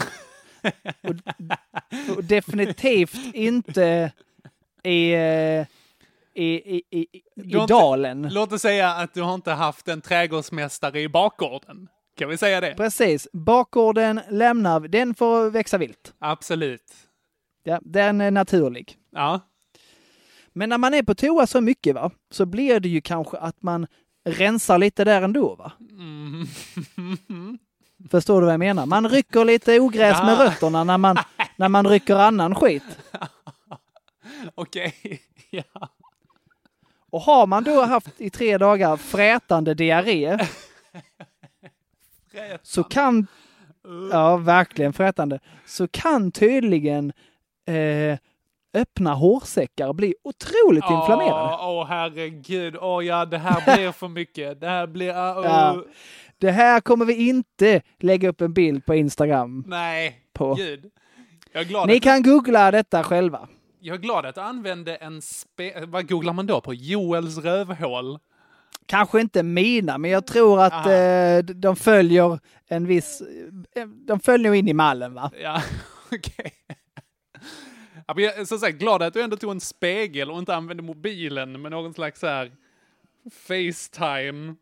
S7: Och definitivt inte i, eh, i, i, i, i,
S6: Du har
S7: i
S6: inte-
S7: dalen.
S6: Låt oss säga att du har inte haft en trädgårdsmästare i bakgården. Kan vi säga det?
S7: Precis, bakgården lämnar, vi. den får växa vilt.
S6: Absolut.
S7: Ja, den är naturlig.
S6: Ja.
S7: Men när man är på toa så mycket va, så blir det ju kanske att man rensar lite där ändå va? Förstår du vad jag menar? Man rycker lite ogräs med
S6: Ja.
S7: rötterna när man, när man rycker annan skit.
S6: Okej. ja.
S7: Och har man då haft i tre dagar frätande diarré så kan, ja verkligen frätande, så kan tydligen eh, öppna hårsäckar bli otroligt inflammerade.
S6: Åh, åh, herregud. Åh, ja, det här blir för mycket. Det här blir... ah, oh.
S7: Ja. Det här kommer vi inte lägga upp en bild på Instagram
S6: Nej,
S7: På.
S6: gud. Jag är, glad
S7: Ni
S6: att,
S7: kan googla detta själva.
S6: jag är glad att du använde en spe... Vad googlar man då på? Joels rövhål?
S7: Kanske inte mina, men jag tror att
S6: Aha.
S7: eh, d- de följer en viss... eh, De följer in i mallen, va?
S6: Ja, okej. Ja, men jag är som sagt glad att du ändå tog en spegel och inte använde mobilen med någon slags så här Facetime.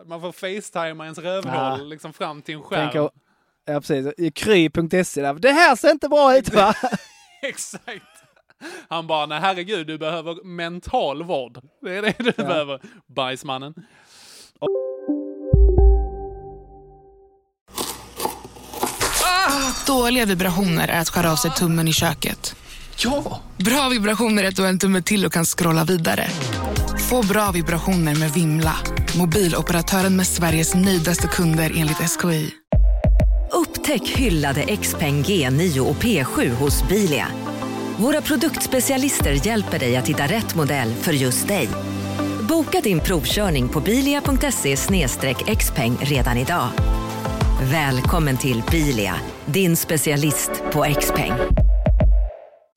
S6: Att man får facetima ens rövhål
S7: Ja.
S6: liksom fram till en skärm.
S7: Tänker, ja, precis. I Kry.se. där. Det här ser inte bra ut, va?
S6: Exakt. Han bara, nej herregud, du behöver mental vård. Det är det du behöver, bajsmannen.
S9: Dåliga vibrationer är att skära av sig tummen i köket. Ja! Bra vibrationer är att du har en tumme till och kan scrolla vidare. Få bra vibrationer med Vimla. Mobiloperatören med Sveriges nöjdaste kunder enligt SKI.
S10: Upptäck hyllade XPeng G9 och P7 hos Bilia. Våra produktspecialister hjälper dig att hitta rätt modell för just dig. Boka din provkörning på bilia.se xpeng redan idag. Välkommen till Bilia, din specialist på XPeng.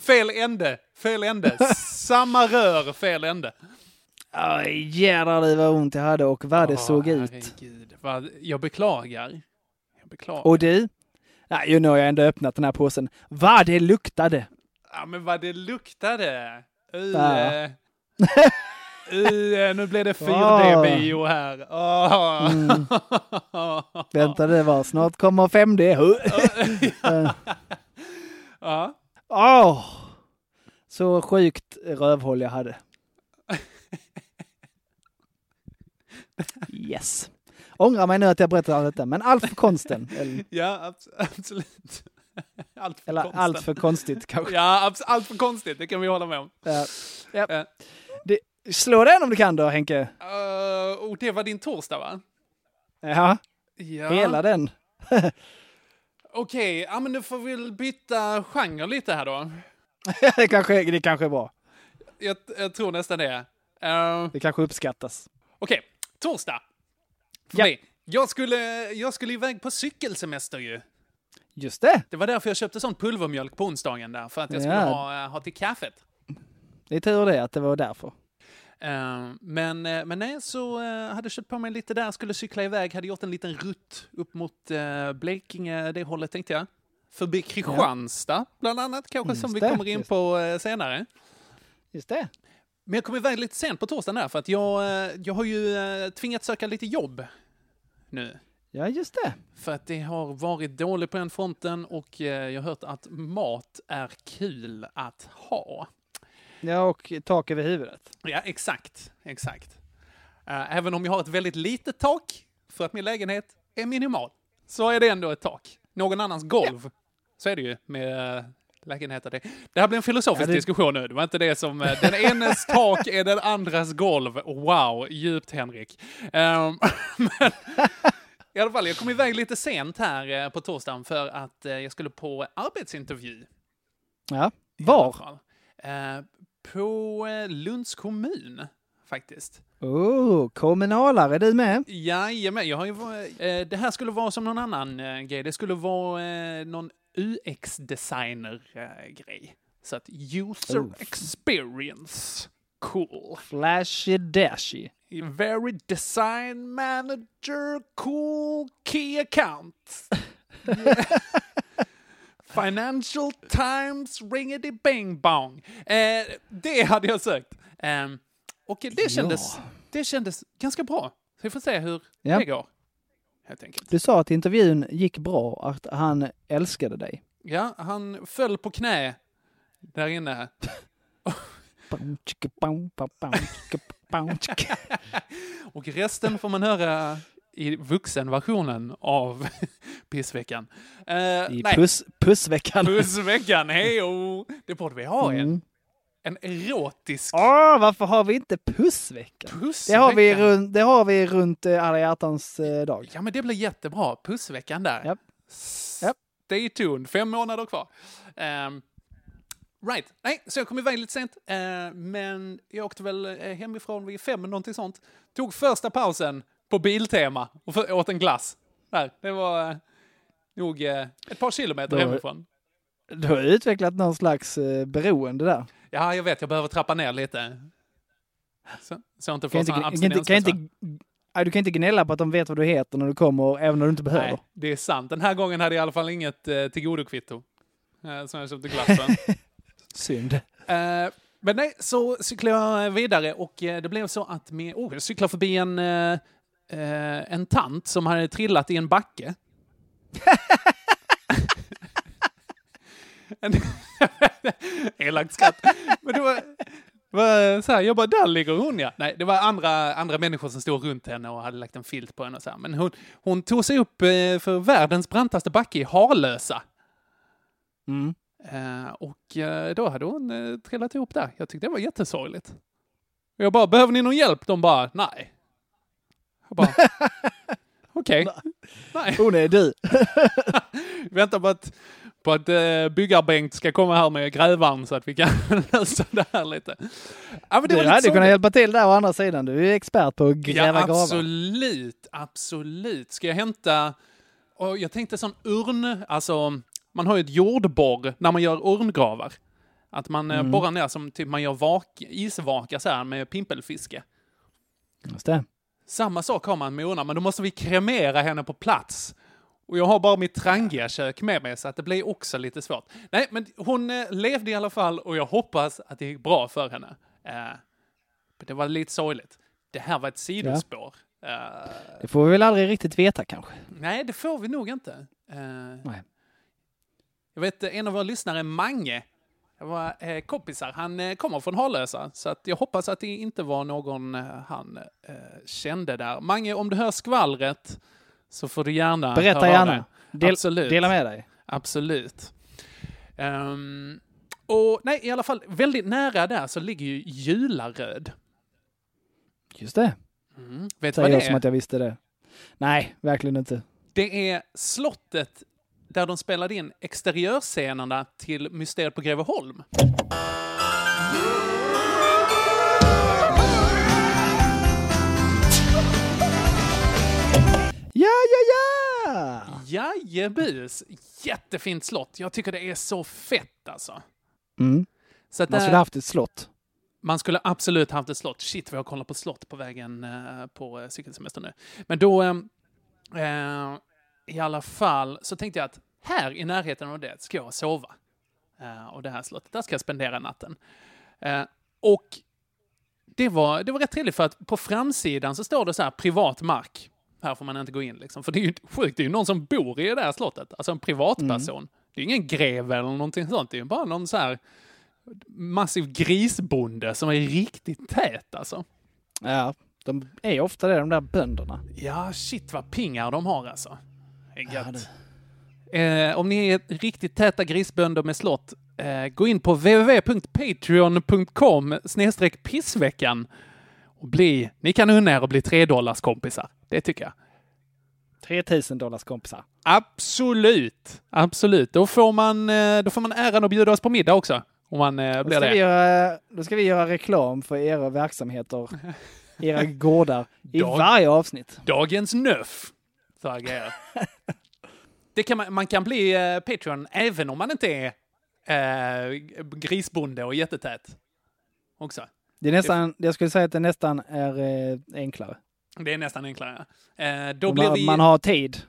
S6: Fel ände, fel ände. Samma rör, fel ände.
S7: Aj, jädrar det vad ont jag hade och vad det såg ut.
S6: Herregud, vad, jag beklagar. Jag beklagar.
S7: Och du? Nej, nu har jag ändå öppnat den här påsen. Vad det luktade!
S6: Ja, men vad det luktade. I,
S7: Ja.
S6: eh, i, eh, nu blev det
S7: Ah.
S6: 4D-bio här. Ah. Åh.
S7: Mm. Vänta, det var snart kommer 5D.
S6: Ja.
S7: Åh! Så sjukt rövhål jag hade. Yes. Ångrar mig nu att jag berättar om detta, men allt för konsten. Eller,
S6: ja, abs- absolut. Allt för
S7: eller
S6: konstigt.
S7: allt för konstigt kanske.
S6: Ja, abs- allt för konstigt. Det kan vi hålla med om.
S7: Ja.
S6: Ja.
S7: Ja. Det, slå den om du kan då, Henke.
S6: Eh, och det var din torsdag, va?
S7: Ja,
S6: Ja.
S7: hela den.
S6: Okej, ja, men du får väl byta genre lite här då.
S7: det, kanske, det kanske är bra.
S6: Jag, jag tror nästan det. Eh,
S7: Det kanske uppskattas.
S6: Okej, torsdag. För
S7: Ja.
S6: mig. Jag skulle, jag skulle iväg på cykelsemester ju.
S7: Just det,
S6: Det var därför jag köpte sån pulvermjölk på onsdagen där, för att jag skulle
S7: Ja.
S6: ha, eh, ha till kaffet.
S7: det är tur det att det var därför.
S6: Eh, men, eh, men nej, så eh, hade jag köpt på mig lite där, skulle cykla iväg, hade gjort en liten rutt upp mot eh, Blekinge, det hållet tänkte jag. Förbi Kristianstad, bland annat, kanske som
S7: Just
S6: vi
S7: det,
S6: kommer in
S7: just
S6: på eh, senare.
S7: Just det.
S6: Men jag kom iväg lite sent på torsdagen där, för att jag, eh, jag har ju eh, tvingats söka lite jobb nu.
S7: Ja, just det.
S6: För att det har varit dåligt på den fronten och eh, jag har hört att mat är kul att ha.
S7: Ja, och tak över huvudet.
S6: Ja, exakt. Exakt. Eh, Även om jag har ett väldigt litet tak, för att min lägenhet är minimal, så är det ändå ett tak. Någon annans golv. Så är det ju med eh, lägenheter. Det, det här blir en filosofisk
S7: Ja, det-
S6: diskussion nu. Det var inte det som... eh, Den enes tak är den andras golv. Wow, djupt Henrik. Ehm, men, I alla fall, jag kom iväg lite sent här eh, på torsdagen för att eh, jag skulle på arbetsintervju.
S7: Ja.
S6: i alla
S7: Var?
S6: fall. Eh, På eh, Lunds kommun, faktiskt.
S7: Oh, kommunalare du med.
S6: Jajamän, jag har ju, varit- eh, det här skulle vara som någon annan eh, grej. Det skulle vara eh, någon UX-designer-grej. eh, Så att user
S7: Oh.
S6: experience. Cool.
S7: Flashy dashy.
S6: Very design manager, cool key account. Financial times ringity bang bong. Eh, det hade jag sökt. Eh, och det kändes, det kändes ganska bra. Så vi får se hur
S7: Ja.
S6: det går. Helt enkelt.
S7: Du sa att intervjun gick bra, att han älskade dig.
S6: Ja, han föll på knä där inne.
S7: Bam, tjicka, bam, bam, bam, tjicka, bam, tjicka.
S6: Och resten får man höra i vuxenversionen av Pissveckan. Eh,
S7: I
S6: nej.
S7: puss, pussveckan.
S6: Pussveckan, hejo! Det borde vi ha en.
S7: Mm.
S6: En erotisk
S7: Åh, varför har vi inte pussveckan? Det
S6: pussvecka.
S7: har vi runt, det har vi runt eh, alla hjärtans eh, dag.
S6: Ja, men det blir jättebra. Pussveckan där.
S7: Japp. Japp.
S6: Stay tuned. Fem månader kvar. Ehm, right. Nej, så jag kom iväg lite sent. eh, men jag åkte väl eh, hemifrån vid fem, någonting sånt. Tog första pausen på Biltema och för, åt en glass. Där. Det var eh, nog eh, ett par kilometer
S7: Då-
S6: hemifrån.
S7: Du har utvecklat någon slags eh, beroende där.
S6: Ja, jag vet. Jag behöver trappa ner lite. Så, så jag inte
S7: Kan
S6: får
S7: inte,
S6: sån
S7: kan inte, kan inte, nej, du kan inte gnälla på att de vet vad du heter när du kommer, även när du inte behöver.
S6: Nej, det är sant. Den här gången hade jag i alla fall inget eh, tillgodokvitto. Eh, som jag köpte glassen.
S7: Synd.
S6: Eh, men nej, så cyklade jag vidare och eh, det blev så att med, oh, jag cyklade förbi en, eh, eh, en tant som hade trillat i en backe. En- Elakt skratt. Men det var, det var så här, jag bara, där ligger hon ja. Nej, det var andra, andra människor som stod runt henne och hade lagt en filt på henne och så här. Men hon, hon tog sig upp eh, för världens brantaste backe i Harlösa.
S7: Mm.
S6: Eh, och eh, då hade hon eh, trillat ihop där. Jag tyckte det var jättesorgligt. Och jag bara, behöver ni någon hjälp? De bara, nej. Jag bara, okej. Nej.
S7: Hon är du.
S6: Vänta på att, på att eh, byggarbengt ska komma här med grävaren så att vi kan lösa det här lite. Ja,
S7: du
S6: men det var lite
S7: hade kunnat
S6: sorgligt.
S7: hjälpa till där å andra sidan. Du är expert på att gräva
S6: Ja,
S7: gravar.
S6: absolut, absolut. Ska jag hämta... Och jag tänkte sån urn, alltså man har ju ett jordborr när man gör urngravar. Att man eh,
S7: Mm.
S6: borrar ner som typ man gör vak, isvaka så här med pimpelfiske.
S7: Just det.
S6: Samma sak har man med urnan, men då måste vi kremera henne på plats. Och jag har bara mitt Trangia-kök med mig, så att det blir också lite svårt. Nej, men hon eh, levde i alla fall och jag hoppas att det gick bra för henne. Eh, men det var lite sorgligt. Det här var ett sidospår. Eh,
S7: Det får vi väl aldrig riktigt veta kanske.
S6: nej, det får vi nog inte. Eh, Jag vet, eh, en av våra lyssnare, Mange, jag var eh, kompisar, han eh, kommer från Harlösa, så att jag hoppas att det inte var någon eh, han eh, kände där. Mange, om du hör skvallret så får du gärna
S7: Berätta
S6: höra av
S7: gärna.
S6: dig.
S7: Del-
S6: Absolut.
S7: dela med dig.
S6: Absolut. Ehm, och nej, i alla fall, väldigt nära där så ligger ju Jularöd.
S7: Just det.
S6: Mm. Vet du
S7: Säger
S6: vad det
S7: jag
S6: är?
S7: som att jag visste det. Nej, verkligen inte.
S6: Det är slottet där de spelade in exteriörscenerna till Mysteriet på Greveholm.
S7: Ja, ja, ja!
S6: Jajebus! Jättefint slott. Jag tycker det är så fett alltså.
S7: Mm.
S6: Så att
S7: Man
S6: där-
S7: skulle haft ett slott.
S6: Man skulle absolut haft ett slott. Shit vad jag kollar på slott på vägen eh, på eh, cykelsemester nu. Men då, eh, eh, i alla fall, så tänkte jag att här i närheten av det ska jag sova. Eh, och det här slottet, där ska jag spendera natten. Eh, och det var, det var rätt trevligt för att på framsidan så står det så här privat mark. Här får man inte gå in liksom. För det är ju sjukt, det är ju någon som bor i det här slottet. Alltså en privatperson. Det är ju ingen greve eller någonting sånt. Det är ju bara någon så här massiv grisbonde som är riktigt tät alltså.
S7: Ja, de är ofta det, de där bönderna.
S6: Ja, shit vad pingar de har alltså. Det är Gött. eh, om ni är riktigt täta grisbönder med slott, eh, gå in på www.patreon.com snedstreck pissveckan och bli, ni kan unna er att bli tre dollars kompisar. Det tycker jag.
S7: 3000 dollars kompisar.
S6: Absolut, absolut. Då får man, eh, då får man äran att bjuda oss på middag också. Om man eh,
S7: Då
S6: blir
S7: ska, vi
S6: det.
S7: göra, då ska vi göra reklam för era verksamheter, era gårdar, i
S6: Dag-
S7: varje avsnitt.
S6: Dagens nöff. Så agerar. Det kan man, man kan bli eh, Patreon även om man inte är eh, grisbonde och jättetät. Också.
S7: Det är nästan, jag skulle säga att det nästan är eh, enklare.
S6: Det är nästan enklare. Eh, då
S7: Om
S6: blir
S7: man,
S6: vi,
S7: man har tid.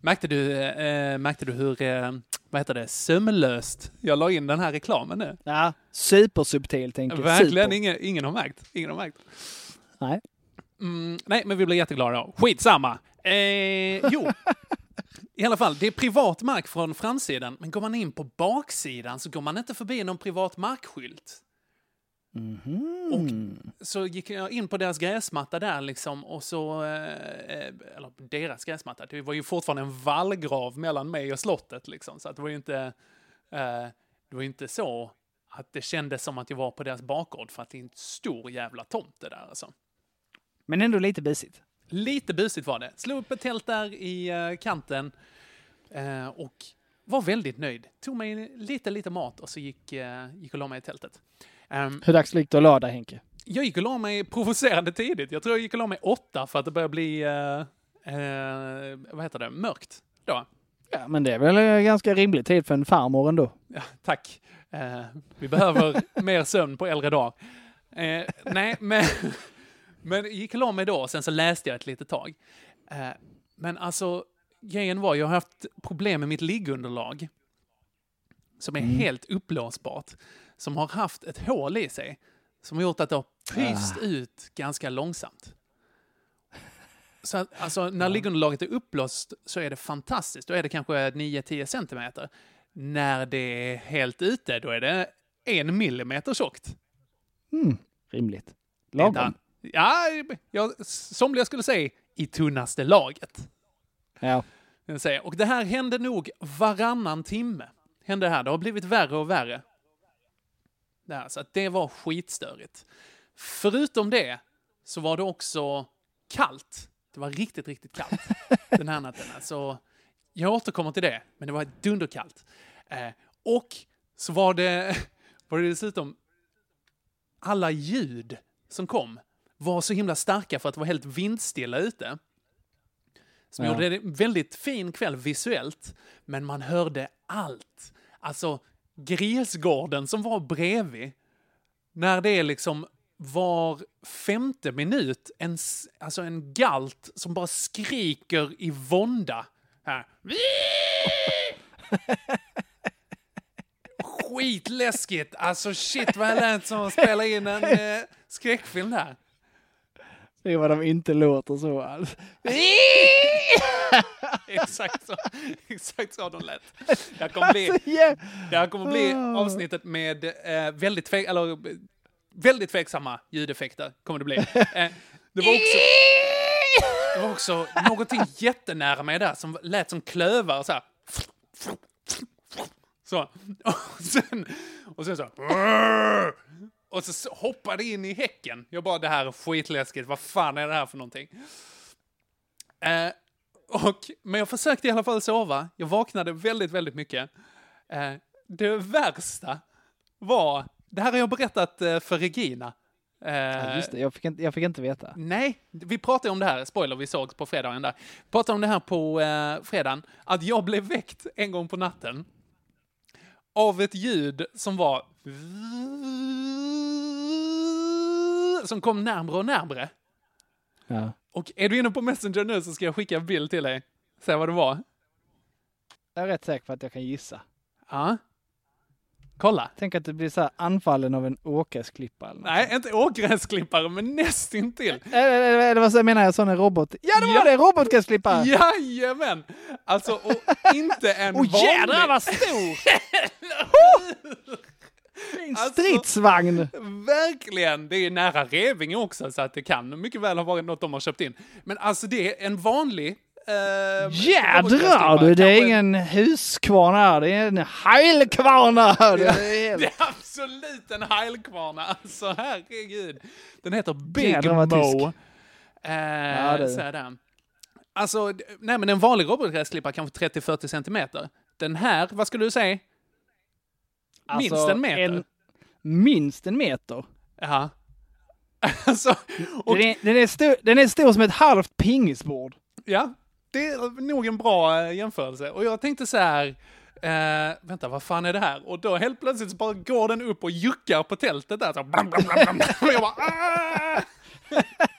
S6: märkte, du, eh, märkte du hur, eh, vad heter det, sömlöst jag la in den här reklamen nu?
S7: Ja, supersubtilt enkelt.
S6: Verkligen,
S7: Super.
S6: ingen, ingen har märkt. Ingen har märkt.
S7: Nej.
S6: Mm, nej, men vi blir jätteglada då. Skitsamma. Eh, jo. I alla fall, det är privat mark från framsidan, men går man in på baksidan så går man inte förbi någon privat markskylt.
S7: Mm.
S6: Så gick jag in på deras gräsmatta där liksom och så, eh, eh, eller deras gräsmatta, det var ju fortfarande en vallgrav mellan mig och slottet liksom, så att det var ju inte, eh, det var ju inte så att det kändes som att jag var på deras bakgård för att det är en stor jävla tomt det där alltså.
S7: Men ändå lite busigt.
S6: Lite busigt var det. Slog upp ett tält där i eh, kanten eh, och var väldigt nöjd. Tog mig lite, lite mat och så gick, eh, gick och la mig i tältet. Ehm,
S7: Hur dags gick det att lada Henke?
S6: jag gick och la mig provocerande tidigt. Jag tror jag gick och la mig åtta för att det började bli, eh, eh, vad heter det, mörkt då.
S7: Ja, men det är väl eh, ganska rimlig tid för en farmor ändå.
S6: Ja, tack. Eh, vi behöver mer sömn på äldre dag. Eh, nej, men, men gick och la mig då, sen så läste jag ett litet tag. Eh, men alltså, grejen var, jag har haft problem med mitt liggunderlag som är helt uppblåsbart. som har haft ett hål i sig som har gjort att det har pyst ut ganska långsamt. Så att, alltså, när liggunderlaget är uppblåst så är det fantastiskt. Då är det kanske 9-10 centimeter. När det är helt ute, då är det en millimeter tjockt.
S7: Mm, rimligt.
S6: Vänta.
S7: Lagom.
S6: Ja, jag, somliga skulle säga i tunnaste laget.
S7: Ja.
S6: Den eh, säger, Och det här hände nog varannan timme. Hände det här. Det har blivit värre och värre. Det här, så att det var skitstörigt. Förutom det så var det också kallt. Det var riktigt, riktigt kallt den här natten. Alltså, jag återkommer till det, men det var dunderkallt. Eh, och så var det, var det dessutom alla ljud som kom var så himla starka för att det var helt vindstilla ute. Som
S11: Ja.
S6: gjorde det en väldigt fin kväll visuellt, men man hörde allt. Alltså, Gresgården som var bredvid, när det är liksom var femte minut en, s- alltså en galt som bara skriker i vånda. Här. Skitläskigt! Alltså shit vad jag lät som att spela in en eh, skräckfilm där.
S7: Det är vad de inte låter så alls.
S6: exakt, så, exakt så de lät. Det här kommer bli,
S7: Alltså, yeah.
S6: det här kommer bli
S7: Ah.
S6: avsnittet med eh, väldigt, fe- eller, eh, väldigt tveksamma ljudeffekter. Kommer det, bli. Eh, det, var också, det var också någonting jättenära mig där som lät som klövar. Så, här. så. Och sen, och sen så... Och så hoppade in i häcken. Jag bara, det här är skitläskigt. Vad fan är det här för någonting? Eh, och, men jag försökte i alla fall sova. Jag vaknade väldigt, väldigt mycket. Eh, det värsta var, det här har jag berättat eh, för Regina. Eh,
S7: Ja, just det, jag fick, inte, jag fick inte veta.
S6: Nej, vi pratade om det här, spoiler, vi sågs på fredagen där. Pratade om det här på eh, fredagen, att jag blev väckt en gång på natten av ett ljud som var som kom närmre och närmre.
S7: Ja.
S6: Och är du inne på Messenger nu så ska jag skicka en bild till dig. Se vad det var.
S7: Jag är rätt säker på att jag kan gissa.
S6: Ja. Kolla.
S7: Tänk att du blir så här anfallen av en åkgräsklippa. eller något. Äh,
S6: Nej, inte ågräsklippare, men nästintill.
S7: Eller, eller, eller vad så- menar jag? Sån en robot? Ja, det var det! Robotgräsklippare!
S6: Jajamän! Alltså, och inte en
S7: Åh,
S6: vanlig...
S7: jädrar, vad stor! En stridsvagn!
S6: Verkligen! Det är nära Revinge också, så att det kan mycket väl ha varit något de har köpt in. Men alltså, det är en vanlig... Eh,
S7: Jädrar du, det är ingen huskvarn här, det är en heilkvarn här! Det är helt-
S6: Det är absolut en heilkvarna. Alltså, herregud. Den heter Big
S7: Jädrar, vad tysk.
S6: Mo. Eh,
S7: Ja, det-
S6: så är det. Alltså, d- nej men en vanlig robotgräsklippare kanske 30-40 centimeter. Den här, vad skulle du säga? Minst
S7: Alltså,
S6: en meter?
S7: en- minst en meter.
S6: Ja. Alltså,
S7: Den, är, den, är stor, den är stor som ett halvt pingisbord.
S6: Ja, det är nog en bra eh, jämförelse. Och jag tänkte så här, eh, vänta, vad fan är det här? Och då helt plötsligt så bara går den upp och juckar på tältet där. Så blam, blam, blam, blam. Och jag bara, "Ah!"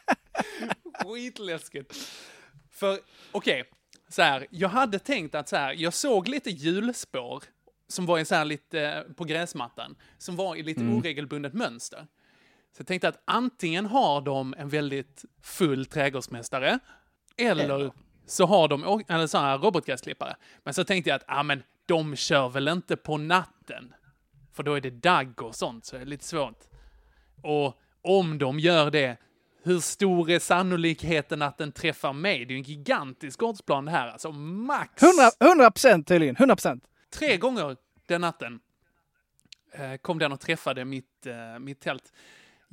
S6: Skitläskigt. För, okej, så här, jag hade tänkt att så här, jag såg lite hjulspår som var i så här lite eh, på gräsmattan, som var i lite
S11: Mm.
S6: oregelbundet mönster. Så jag tänkte att antingen har de en väldigt full trädgårdsmästare eller så har de å- eller så här robotgräsklippare. Men så tänkte jag att ah, men de kör väl inte på natten? För då är det dagg och sånt, så det är lite svårt. Och om de gör det, hur stor är sannolikheten att den träffar mig? Det är ju en gigantisk oddsplan det här. Alltså max
S7: 100 procent tydligen, 100 procent.
S6: tre gånger den natten eh, kom den och träffade mitt, eh, mitt tält.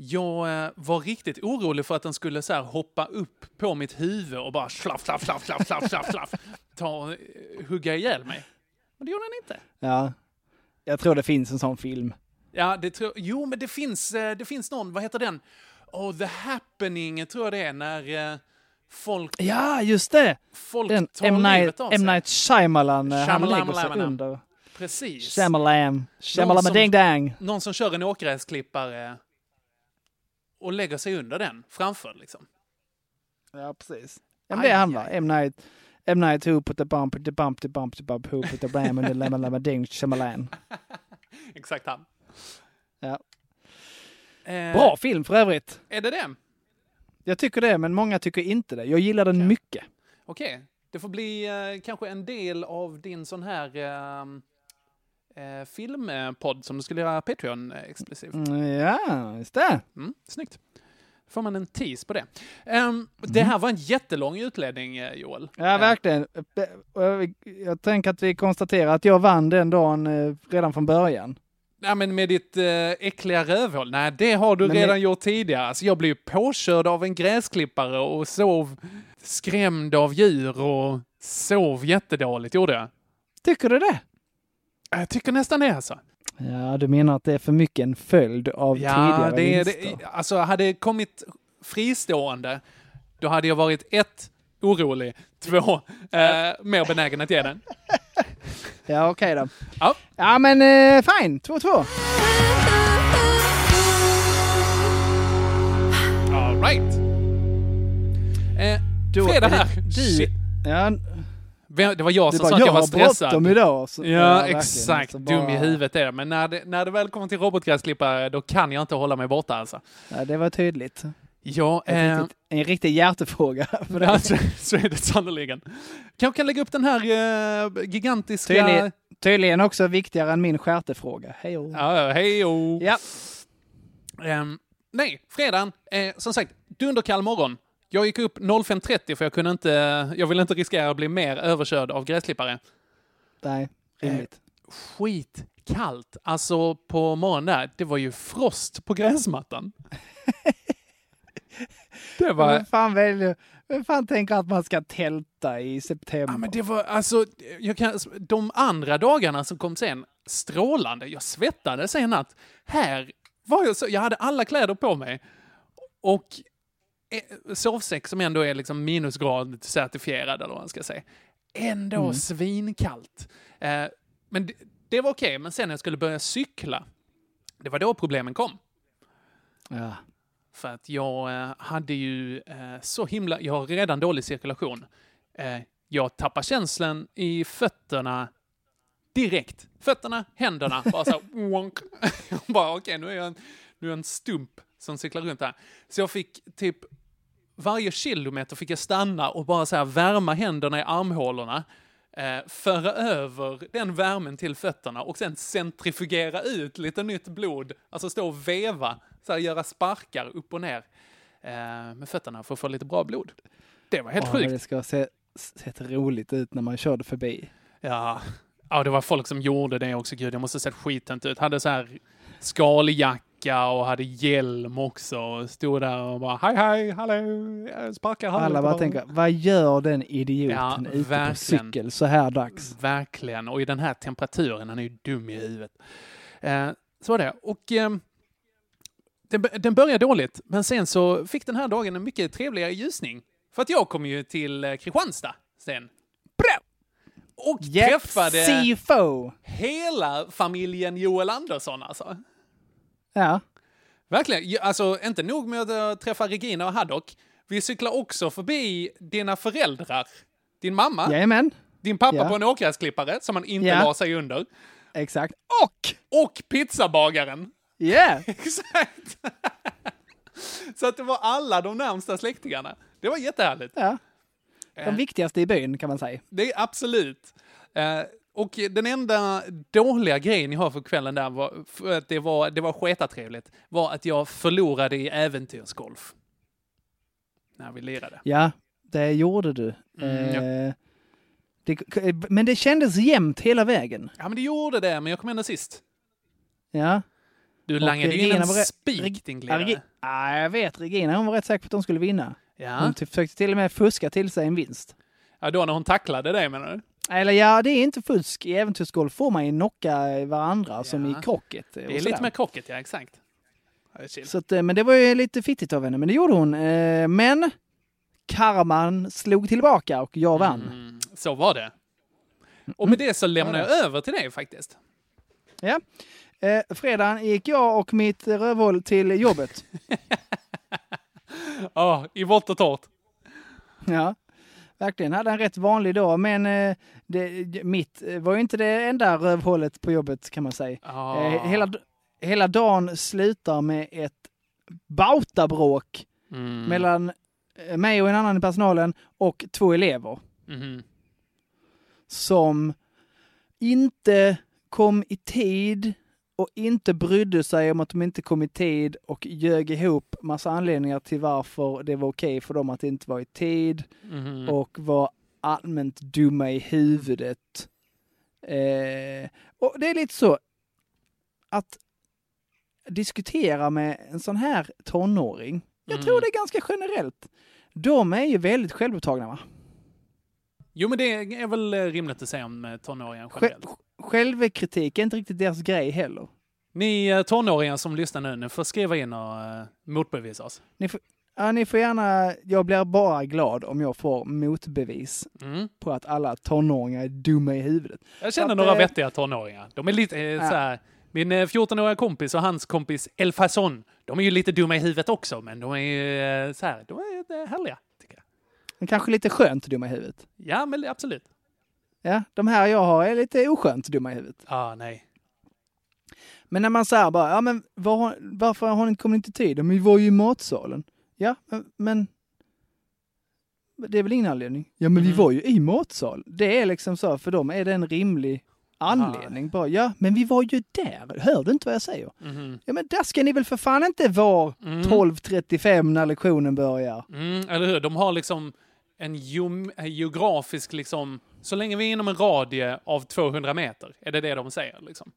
S6: Jag eh, var riktigt orolig för att den skulle så här hoppa upp på mitt huvud och bara slaff, slaff, slaff, slaff, slaff, slaff, slaff ta och eh, hugga ihjäl mig. Men det gjorde den inte.
S7: Ja. Jag tror det finns en sån film.
S6: Ja, det tror Jo, men det finns, eh, det finns någon, vad heter den? Oh, The Happening tror jag det är, när eh, folk...
S7: Ja, just det!
S6: Folk
S7: den
S6: tar
S7: M. Night,
S6: livet av
S7: M.
S6: sig.
S7: Night Shyamalan, eh, han
S6: Shyamalan,
S7: lägger sig
S6: Shyamalan.
S7: under.
S6: Precis.
S7: Shyamalan. Shyamalan
S6: som-
S7: ding dang.
S6: någon som kör en åkgräsklippare och lägger sig under den framför liksom.
S7: Ja, precis. Ja, men det är han va? M. Night, M. Night, hoop with the bump, with the bump, the bump, the bump, hoop with the ram and the lemma lemma ding, Shyamalan.
S6: Exakt han.
S7: Ja. Bra film för övrigt.
S6: Eh, Är det det?
S7: Jag tycker det, men många tycker inte det. Jag gillar den mycket.
S6: Okej. Det får bli eh, kanske en del av din sån här eh, eh, filmpodd som du skulle göra Patreon eh, exklusiv.
S7: Mm, Ja, just det.
S6: Mm, snyggt. Då får man en tease på det. Ehm, Det här var en jättelång utledning, eh, Joel.
S7: Mm. Ja, verkligen. Jag- Jag tänker att vi konstaterar att jag vann den dagen eh, redan från början.
S6: Nej, men med ditt äh, äckliga rövhål. Nej, det har du
S7: Men
S6: redan
S7: det-
S6: gjort tidigare. Alltså, jag blev ju påkörd av en gräsklippare och sov skrämd av djur och sov jättedåligt, gjorde jag.
S7: Tycker du det?
S6: Jag tycker nästan det, alltså.
S7: Ja, du menar att det är för mycket en följd av
S6: Ja,
S7: tidigare
S6: det, är-
S7: vinster?
S6: det, alltså hade det kommit fristående, då hade jag varit ett, orolig, två, eh, mer benägen att ge den.
S7: Ja, okej då.
S6: Ja.
S7: ja, men eh, fine. 2-2.
S6: All right. Eh,
S7: Då
S6: fredag
S7: är det
S6: här.
S7: du-
S6: Shit.
S7: Ja.
S6: Vem- Det var jag
S7: Det
S6: som
S7: var
S6: sa att jag
S7: jag
S6: var
S7: har
S6: stressad.
S7: bråttom idag, så- ja,
S6: ja,
S7: verkligen.
S6: exakt.
S7: Alltså,
S6: Dum
S7: bara-
S6: i huvudet är jag. Men när det, när det väl kommer till robotgräsklippare, då kan jag inte hålla mig borta alltså.
S7: Ja, det var tydligt.
S6: Ja,
S7: Ett
S6: eh,
S7: riktigt, en riktig hjärtefråga. För dig.
S6: Ja, så, så är det sannerligen. Kanske kan lägga upp den här eh, gigantiska...
S7: Tydligen, tydligen också viktigare än min stjärtefråga. Hej då.
S6: Ja, ja, hej och... Ja. nej, fredagen. Eh, som sagt, dunderkall morgon. Jag gick upp 05.30 för jag kunde inte... Jag ville inte riskera att bli mer överkörd av gräsklippare.
S7: Nej,
S6: Eh,
S7: rimligt.
S6: Skitkallt. Alltså på morgonen där, det var ju frost på gräsmattan. det var...
S7: Vem fan, väljer, vem fan tänker att man ska tälta i september?
S6: Ja, men det var alltså, jag kan, de andra dagarna som kom sen, strålande. Jag svettades en natt. Här var jag så, jag hade alla kläder på mig. Och eh, sovsäck som ändå är liksom minusgrad certifierad eller vad man ska säga. Ändå
S7: Mm.
S6: svinkallt. Eh, men det, det var okej, men sen när jag skulle börja cykla, det var då problemen kom.
S7: Ja.
S6: För att jag eh, hade ju eh, så himla... Jag har redan dålig cirkulation. Eh, jag tappar känslan i fötterna direkt. Fötterna, händerna, bara så här, wonk. Jag bara okej, nu är jag en, nu är jag en stump som cyklar runt här. Så jag fick typ varje kilometer fick jag stanna och bara så här värma händerna i armhålorna, eh, föra över den värmen till fötterna och sen centrifugera ut lite nytt blod, alltså stå och veva, så här göra sparkar upp och ner eh, med fötterna för att få lite bra blod. Det var helt
S7: Åh,
S6: sjukt.
S7: men Det ska se, sett roligt ut när man körde förbi.
S6: Ja. ja, det var folk som gjorde det också. Gud, jag måste ha sett skiten ut. Hade så här skaljacka och hade hjälm också och stod där och bara hej, hej, hallå, jag sparkar här
S7: Alla
S6: lite
S7: bara tänker, vad gör den idioten
S6: Ja,
S7: ute
S6: verkligen.
S7: på cykel så här dags?
S6: Verkligen. Och i den här temperaturen, han är ju dum i huvudet. Eh, så var det. Och ehm, den, b- den började dåligt, men sen så fick den här dagen en mycket trevligare ljusning. För att jag kom ju till eh, Kristianstad sen. Bra! Och träffade
S7: CFO!
S6: hela familjen Joel Andersson alltså.
S7: Ja.
S6: Verkligen. Ju- Alltså, inte nog med att jag träffar Regina och Haddock. Vi cyklar också förbi dina föräldrar. Din mamma.
S7: Jajamän.
S6: Din pappa
S7: Ja.
S6: på en åkgräsklippare som han inte
S7: Ja.
S6: la sig under.
S7: Exakt.
S6: Och! Och pizzabagaren.
S7: Ja! Yeah.
S6: Exakt. Så att det var alla de närmsta släktingarna. Det var jättehärligt.
S7: Ja.
S6: Eh.
S7: De viktigaste i byn kan man säga.
S6: Det är absolut. Eh, och den enda dåliga grejen jag har för kvällen där, var, för att det var, det var sketatrevligt, var att jag förlorade i äventyrsgolf. När vi lirade.
S7: Ja, det gjorde du.
S6: Mm, ja.
S7: Eh, det, men det kändes jämnt hela vägen.
S6: Ja, men det gjorde det, men jag kom ändå sist.
S7: Ja.
S6: Du
S7: Och
S6: langade ju in
S7: Regina
S6: en
S7: var re-
S6: spik, din
S7: Ja,
S6: glidare.
S7: Regi- ja, jag vet. Regina hon var rätt säker på att hon skulle vinna.
S6: Ja.
S7: Hon ty- försökte till och med fuska till sig en vinst.
S6: ja, då när hon tacklade dig menar du?
S7: Eller ja, det är inte fusk. I äventyrsgolf får man ju knocka varandra som i krocket.
S6: Det är lite mer krocket, ja exakt. Ja, det är chill.
S7: Så att, eh, men det var ju lite fittigt av henne, men det gjorde hon. Eh, Men karman slog tillbaka och jag vann.
S6: Mm, så var det. Och med det
S7: Mm.
S6: så lämnar jag över till dig faktiskt.
S7: Ja. Eh, fredagen gick jag och mitt eh, rövhål till jobbet.
S6: Ja, i vått och torrt.
S7: ja, verkligen. Hade en rätt vanlig dag, men eh, det, mitt eh, var ju inte det enda rövhålet på jobbet kan man säga.
S6: Ah.
S7: Eh, hela, d- Hela dagen slutar med ett bautabråk
S6: Mm.
S7: mellan eh, mig och en annan i personalen och två elever
S6: Mhm.
S7: som inte kom i tid och inte brydde sig om att de inte kom i tid och ljög ihop massa anledningar till varför det var okej för dem att inte vara i tid
S6: Mhm.
S7: och var allmänt dumma i huvudet. Eh, och det är lite så att diskutera med en sån här tonåring. Jag
S6: Mm.
S7: tror det är ganska generellt. De är ju väldigt självupptagna va?
S6: Jo, men det är väl eh, rimligt att säga om eh, tonåringar generellt.
S7: Självkritik är inte riktigt deras grej heller.
S6: Ni eh, tonåringar som lyssnar nu, ni får skriva in och eh, motbevisa oss.
S7: Ni får, ja, ni får gärna, jag blir bara glad om jag får motbevis
S6: Mm.
S7: på att alla tonåringar är dumma i huvudet.
S6: Jag
S7: Så
S6: känner
S7: att,
S6: några
S7: eh,
S6: vettiga tonåringar. De är lite eh,
S7: Ja.
S6: så här. Min eh, 14-åriga kompis och hans kompis El Fason, de är ju lite dumma i huvudet också, men de är ju eh, så här, de är eh, härliga.
S7: Men kanske lite skönt dumma i huvudet.
S6: Ja, men absolut.
S7: Ja, de här jag har är lite oskönt dumma i huvudet.
S6: Ah, nej.
S7: Men när man säger bara, ja men var, varför har ni, kom ni inte i tid? Men vi var ju i matsalen. Ja, men, men det är väl ingen anledning? Ja, men vi
S6: Mm.
S7: var ju i matsal. Det är liksom så, för dem är det en rimlig anledning. Bara, ja, men vi var ju där. Hör du inte vad jag säger?
S6: Mhm.
S7: Ja, men där ska ni väl för fan inte vara
S6: Mm.
S7: 12.35 när lektionen börjar.
S6: Mm, eller hur? De har liksom en geom- en geografisk liksom... Så länge vi är inom en radie av 200 meter, är det det de säger liksom?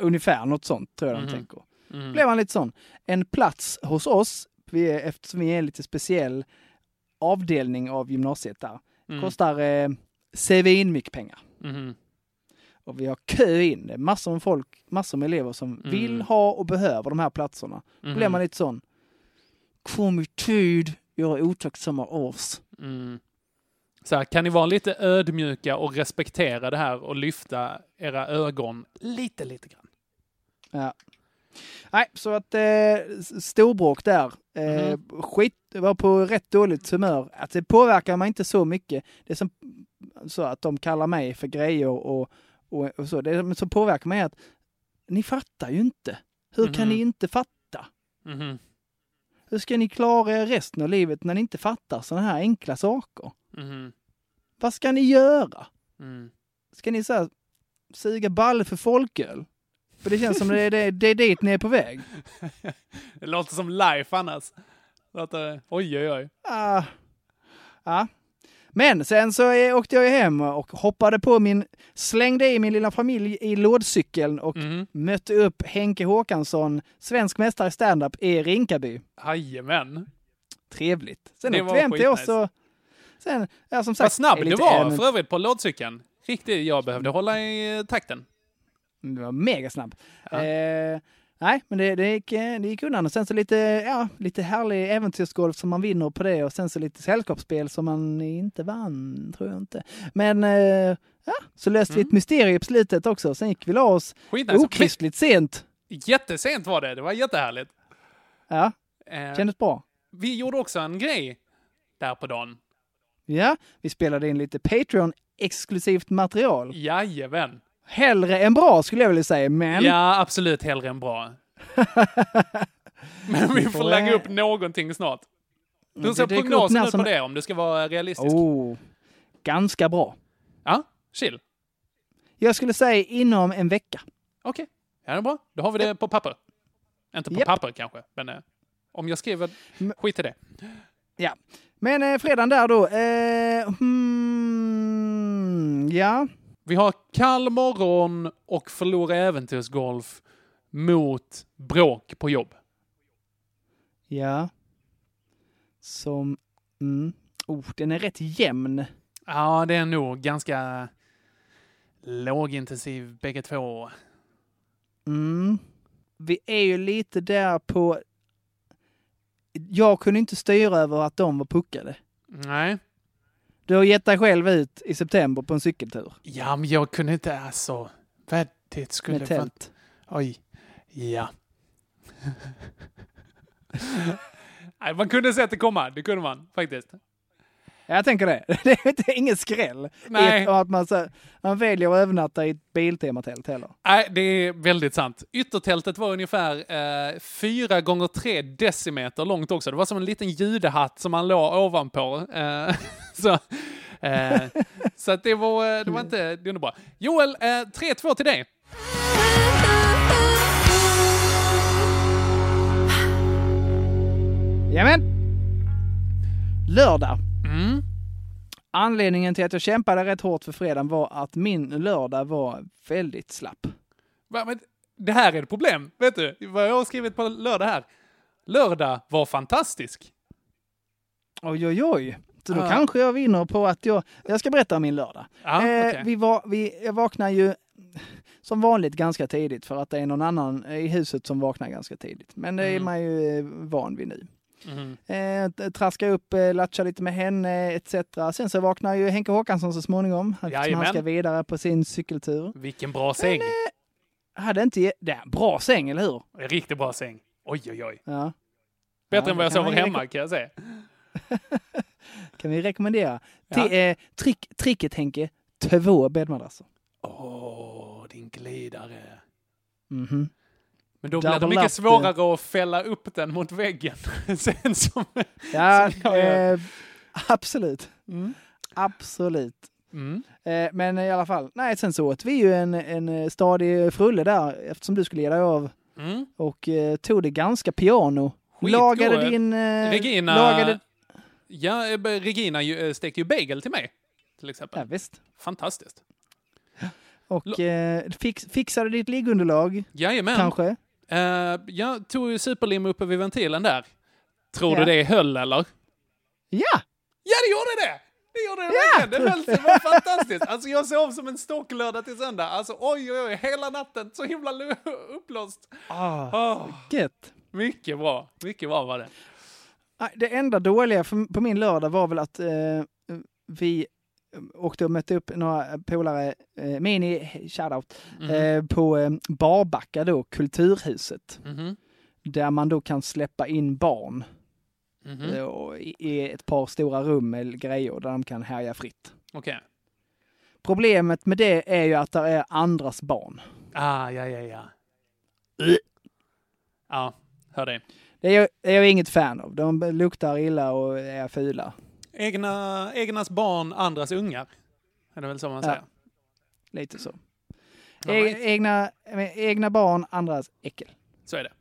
S7: Ungefär något sånt tror jag de
S6: Mhm.
S7: tänker.
S6: Mm.
S7: blev han lite sån. En plats hos oss, vi är, eftersom vi är en lite speciell avdelning av gymnasiet där,
S6: Mm.
S7: kostar eh, svin mycket pengar.
S6: Mhm.
S7: Och vi har kö in, det är massor med folk, massor med elever som vill ha och behöver de här platserna. Då blir
S6: Mm. Mhm.
S7: man lite sån. Kom i tid, göra otacksamma års.
S6: Mm. Så här, kan ni vara lite ödmjuka och respektera det här och lyfta era ögon lite, lite grann?
S7: Ja. Nej, så att eh, s- storbråk där. Eh, Skit, var på rätt dåligt humör. Att det påverkar mig inte så mycket. Det är som så att de kallar mig för grejer och, och, och så. Det som- som påverkar mig är att ni fattar ju inte. Hur kan
S6: Mhm.
S7: ni inte fatta? Mm-hmm. Hur ska ni klara er resten av livet när ni inte fattar sådana här enkla saker? Mm-hmm.
S6: Mhm.
S7: Vad ska ni göra?
S6: Mm.
S7: Ska ni så här, suga balle för folköl? För det känns som det är, det, det är dit ni är på väg.
S6: Det låter som life annars. Låter, oj, oj, oj.
S7: Ah. Ja. Men sen så eh, åkte jag ju hem och hoppade på min, slängde i min lilla familj i lådcykeln och
S6: Mhm.
S7: mötte upp Henke Håkansson, svensk mästare i standup i Rinkaby.
S6: Jajamän.
S7: Trevligt. Sen
S6: Det
S7: åkte
S6: var
S7: vi hem till oss
S6: skitnice.
S7: och sen, ja som sagt.
S6: Vad snabb
S7: är
S6: du
S7: lite
S6: var
S7: ämnet-
S6: för övrigt på lådcykeln. Riktigt, jag behövde hålla i eh, takten.
S7: Du Mm, var mega snabb. Eh, nej, men det, det, gick, eh, det gick undan. Och sen så lite, ja, lite härlig äventyrsgolf som man vinner på det och sen så lite sällskapsspel som man inte vann, tror jag inte. Men eh, ja, så löste vi ett mysterium på slutet också. Sen gick vi la oss
S6: Skitnice.
S7: okristligt sent.
S6: Jättesent var det, det var jättehärligt.
S7: Ja,
S6: Eh,
S7: kändes bra.
S6: Vi gjorde också en grej där på dagen.
S7: Ja, vi spelade in lite Patreon-exklusivt material.
S6: Jajamän.
S7: Hellre än bra skulle jag vilja säga, men...
S6: Ja, absolut hellre än bra. Men vi får lägga upp någonting snart.
S7: Det
S6: Hur ser
S7: dyker upp
S6: prognosen
S7: när
S6: ut på
S7: som-
S6: det om du ska vara realistisk?
S7: Oh, ganska bra.
S6: Ja, chill.
S7: Jag skulle säga inom en vecka.
S6: Okej, ja, det är bra. Då har vi det på papper. Inte på papper kanske, men eh, om jag skriver... Skit i det.
S7: Ja. Men eh, fredagen där då. Eh, hmm, ja.
S6: Vi har kall morgon och förlora äventyrsgolf mot bråk på jobb.
S7: Ja. Som... Mm. Oh, den är rätt jämn.
S6: Ja, det är nog ganska lågintensiv bägge två.
S7: Mm. Vi är ju lite där på... Jag kunde inte styra över att de var puckade.
S6: Nej.
S7: Du har gett dig själv ut i september på en cykeltur.
S6: Ja, men jag kunde inte alltså... Väldigt skulle...
S7: Med
S6: fan-
S7: tält.
S6: Oj. Ja. Nej, man kunde sett det komma. Det kunde man faktiskt.
S7: Jag tänker det. Det är inte- ingen skräll.
S6: Nej.
S7: I ett- och Att man, så, här- man väljer att övernatta i ett Biltematält heller.
S6: Nej, det är väldigt sant. Yttertältet var ungefär eh, 4 gånger 3 decimeter långt också. Det var som en liten judehatt som man låg ovanpå. Eh, så eh, så att det, var, eh, det var inte det var bra. Joel, eh, 3-2 till dig.
S7: Jajamän! Lördag. Anledningen till att jag kämpade rätt hårt för fredagen var att min lördag var väldigt slapp.
S6: Va, men Det här är ett problem. Vet du vad jag har skrivit på lördag här? Lördag var fantastisk.
S7: Oj, oj, oj. Så då
S6: Ja.
S7: kanske jag vinner på att jag... Jag ska berätta om min lördag.
S6: Ja,
S7: Eh,
S6: okej.
S7: vi var, vi, jag vaknar ju som vanligt ganska tidigt för att det är någon annan i huset som vaknar ganska tidigt. Men det är
S6: Mm.
S7: man ju eh, van vid nu.
S6: Mm-hmm.
S7: Eh, t- traska upp, eh, latcha lite med henne etc. Sen så vaknar ju Henke Håkansson så småningom. Eftersom han
S6: Jajamän.
S7: ska vidare på sin cykeltur. eh,
S6: Vilken bra säng.
S7: Hade inte... ge- Det är en bra säng, eller hur?
S6: En riktigt bra säng. Oj, oj, oj.
S7: Ja.
S6: Bättre
S7: Ja,
S6: än vad jag
S7: det kan
S6: sover
S7: man ju
S6: hemma kan jag säga.
S7: Kan vi rekommendera.
S6: Ja.
S7: Ti- eh, trick, tricket Henke, två bäddmadrasser.
S6: Åh, din glidare.
S7: Mhm.
S6: Men då blir
S7: Double
S6: det
S7: up, eh.
S6: mycket svårare att fälla upp den mot väggen. Sen som,
S7: Ja,
S6: som jag Mm. gör.
S7: eh, absolut. Absolut.
S6: Mm.
S7: Eh, men i alla fall, nej, sen så åt vi ju en, en eh, stadig frulle där eftersom du skulle ge dig av
S6: Mm.
S7: och eh, tog det ganska piano.
S6: Skitgod.
S7: lagade din... eh,
S6: Regina,
S7: Lagade,
S6: ja, eh, Regina ju, eh, stekte ju bagel till mig. Till exempel.
S7: Ja, visst.
S6: Fantastiskt.
S7: och eh, fix, fixade ditt liggunderlag.
S6: Jajamän.
S7: Kanske.
S6: Eh, jag tog ju superlim uppe vid ventilen där. Tror
S7: Ja.
S6: du det höll eller?
S7: Ja!
S6: Ja, det gjorde det! Det gjorde det verkligen. Det höll sig. Det var fantastiskt. Alltså, jag sov som en stock lördag till söndag. Alltså, oj, oj, oj. Hela natten. Så himla lu- uppblåst.
S7: Ah,
S6: Åh.
S7: Gött.
S6: Mycket bra. Mycket bra var det.
S7: Nej, Det enda dåliga för, på min lördag var väl att eh, vi eh, åkte och mötte upp några polare, eh, mini shoutout,
S6: Mhm.
S7: eh, på eh, Barbacka då, Kulturhuset.
S6: Mhm.
S7: Där man då kan släppa in barn
S6: Mhm.
S7: eh, och i, i ett par stora rum eller grejer där de kan härja fritt.
S6: Okej.
S7: Problemet med det är ju att det är andras barn.
S6: Ah, ja, ja, ja. Ja, hör dig.
S7: Det är jag, det är jag inget fan av. De luktar illa och är fula.
S6: Egna, egnas barn, andras ungar. Är det väl så man
S7: Ja.
S6: säger?
S7: Lite så.
S6: All
S7: E-
S6: right.
S7: egna, eh, egna barn, andras äckel.
S6: Så är det.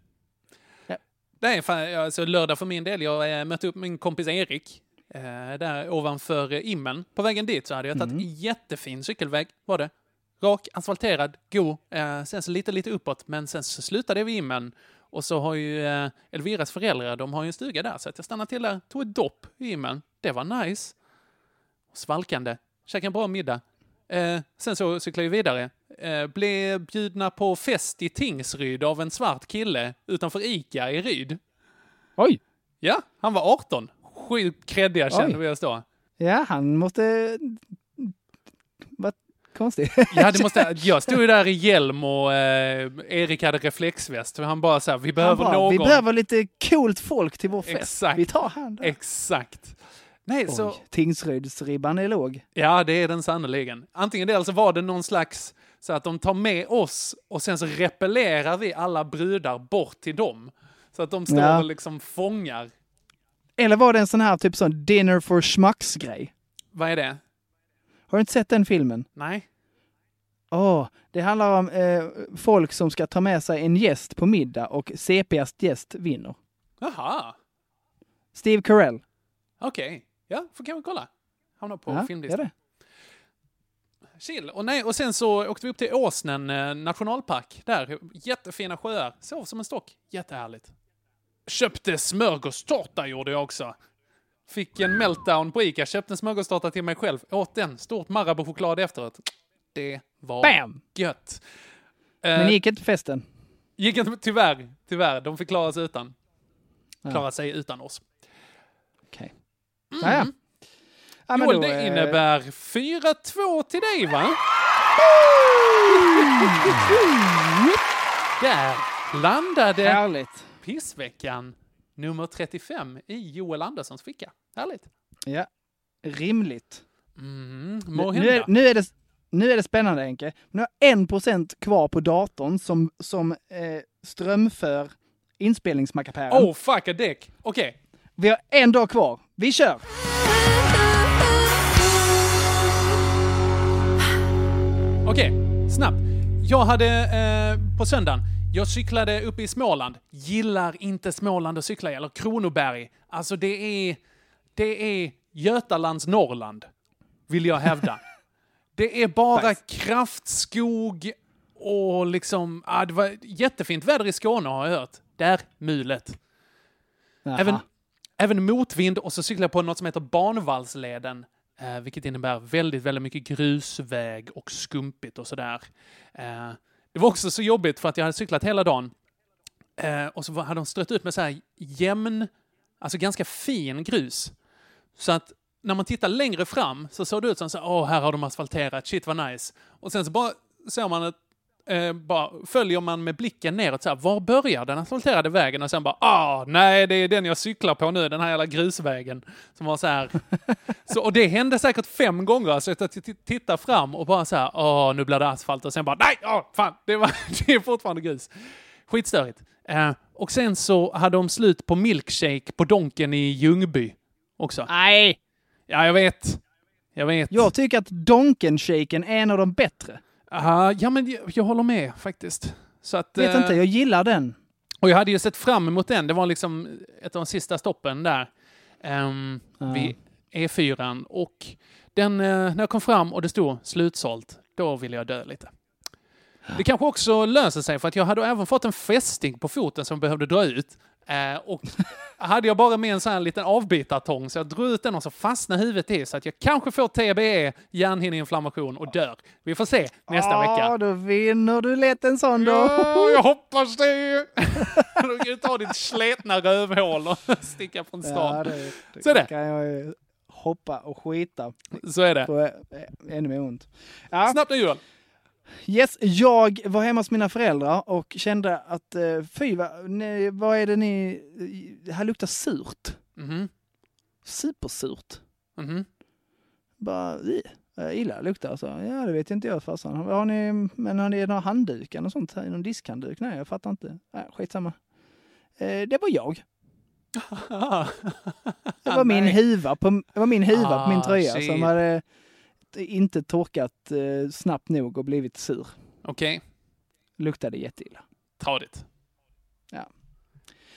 S6: Nej, fan, alltså, lördag för min del, jag eh, mötte upp min kompis Erik eh, där ovanför eh, Immen. På vägen dit så hade jag tagit en jättefin cykelväg, var det. Rak, asfalterad, god. Eh, sen så lite, lite uppåt, men sen så slutade jag vid Immen. Och så har ju eh, Elviras föräldrar, de har ju en stuga där, så att jag stannade till där, tog ett dopp i Immen. Det var nice. Svalkande, käkade en bra middag. Eh, sen så cyklade vi vidare. Eh, blev bjudna på fest i Tingsryd av en svart kille utanför ICA i Ryd.
S7: Oj!
S6: Ja, han var 18. Sjukt kreddiga kände
S7: Oj.
S6: vi oss då.
S7: Ja, han måste... Vad konstigt.
S6: Ja, det måste, jag stod ju där i hjälm och eh, Erik hade reflexväst. för Han bara så här, vi behöver
S7: Han bara,
S6: någon.
S7: Vi behöver lite coolt folk till vår fest.
S6: Exakt.
S7: Vi tar hand.
S6: Exakt. Nej,
S7: Oj,
S6: så,
S7: Tingsrydsribban är låg.
S6: ja, det är den sannoliken. Antingen det, eller så var det någon slags så att de tar med oss och sen så repellerar vi alla brudar bort till dem. Så att de står
S7: Ja.
S6: och liksom fångar.
S7: Eller var det en sån här typ sån dinner for schmucks grej?
S6: Vad är det?
S7: Har du inte sett den filmen?
S6: Nej.
S7: Åh, det handlar om eh, folk som ska ta med sig en gäst på middag och sepigast gäst vinner.
S6: Jaha,
S7: Steve Carell.
S6: okej. Ja, får kan vi kolla. Hamnar på
S7: Ja,
S6: filmlistan.
S7: gör det.
S6: Chill. Och, nej, och sen så åkte vi upp till Åsnen eh, nationalpark. Där, jättefina sjöar. Sov som en stock. Jättehärligt. Köpte smörgåstårta gjorde jag också. Fick en meltdown på Ica. Köpte en smörgåstårta till mig själv. Åt den. Stort Marabou-choklad efteråt. Det var
S7: Bam!
S6: gött.
S7: Men
S6: Eh,
S7: gick inte festen?
S6: Gick inte, tyvärr, tyvärr. De fick klara sig utan.
S7: Ja.
S6: Klara sig utan oss.
S7: Okej. Ja, ja. Ja, men
S6: Joel,
S7: då,
S6: Mm. det
S7: eh,
S6: innebär 4-2 till dig, va? Där landade
S7: Härligt.
S6: pissveckan nummer 35 i Joel Anderssons ficka. Härligt.
S7: Ja. rimligt.
S6: Mm,
S7: Nu,
S6: måhända.
S7: nu, är, nu, är det, nu är det spännande Henke. Nu har en procent kvar på datorn som, som eh, strömför inspelningsmackapären.
S6: Oh fuck a dick! Okej.
S7: Vi har en dag kvar. Vi kör!
S6: Okej, snabbt. Jag hade eh, på söndagen, jag cyklade uppe i Småland. Gillar inte Småland att cykla i, eller Kronoberg. Alltså det är, det är Götalands Norrland, vill jag hävda. det är bara kraftskog och liksom, ah, det var jättefint väder i Skåne har jag hört. Där, mulet. Även, även motvind och så cyklar jag på något som heter banvallsleden. Eh, vilket innebär väldigt, väldigt mycket grusväg och skumpigt och sådär. Eh, det var också så jobbigt för att jag hade cyklat hela dagen. Eh, och så var- hade de strött ut med så här jämn, alltså ganska fin grus. Så att när man tittar längre fram så såg det ut som så här, åh, här har de asfalterat, shit vad nice. Och sen så bara ser man att Eh, bara, följer man med blicken neråt så här, var börjar den asfalterade vägen? Och sen bara, ah, nej, det är den jag cyklar på nu, den här jävla grusvägen. Som var så här. Så, och det hände säkert fem gånger, så att jag t- tittar fram och bara så här, ah, nu blir det asfalt. Och sen bara, nej, ah, fan, det, var, det är fortfarande grus. Skitstörigt. Eh, och sen så hade de slut på milkshake på Donken i Ljungby också.
S7: Nej!
S6: Ja, jag vet. Jag vet.
S7: Jag tycker att Donken-shaken är en av de bättre.
S6: Aha, ja, men jag, jag håller med faktiskt. Så att,
S7: Vet
S6: eh,
S7: inte, jag gillar den.
S6: Och jag hade ju sett fram emot den. Det var liksom ett av de sista stoppen där. Um, Vid E4. Och den, eh, när jag kom fram och det stod slutsålt, då ville jag dö lite. Det kanske också löser sig för att jag hade även fått en fästing på foten som behövde dra ut. Eh, och hade jag bara med en sån här liten avbitartång så jag drog ut den och så fastnade huvudet i så att jag kanske får TBE, hjärnhinneinflammation och dör. Vi får se
S7: Ah,
S6: nästa vecka.
S7: Ja, då vinner du lätt en sån då.
S6: Ja, jag hoppas det! Då kan du ta ditt sletna rövhål och sticka från stan.
S7: Ja, det,
S6: Så är det.
S7: kan jag ju hoppa och skita.
S6: Så är det.
S7: På, eh, ännu mer ont. Ja.
S6: Snabbt nu Joel!
S7: Yes, jag var hemma hos mina föräldrar och kände att eh, fy, vad, nej, vad är det ni... Det här luktar surt.
S6: Mhm.
S7: Supersurt.
S6: Mhm.
S7: Bara, eh, jag gillar det luktar. Så, ja, det vet inte jag farsan. Har ni, men har ni några handdukar och sånt? här? Någon diskhandduk? Nej, jag fattar inte. Nej, skitsamma. Eh, det var jag. Det var min huva på, det var min, huva på min
S6: Ah,
S7: tröja
S6: shit.
S7: som hade inte torkat eh, snabbt nog och blivit sur.
S6: Okej,
S7: Luktade jätteilla.
S6: ta det.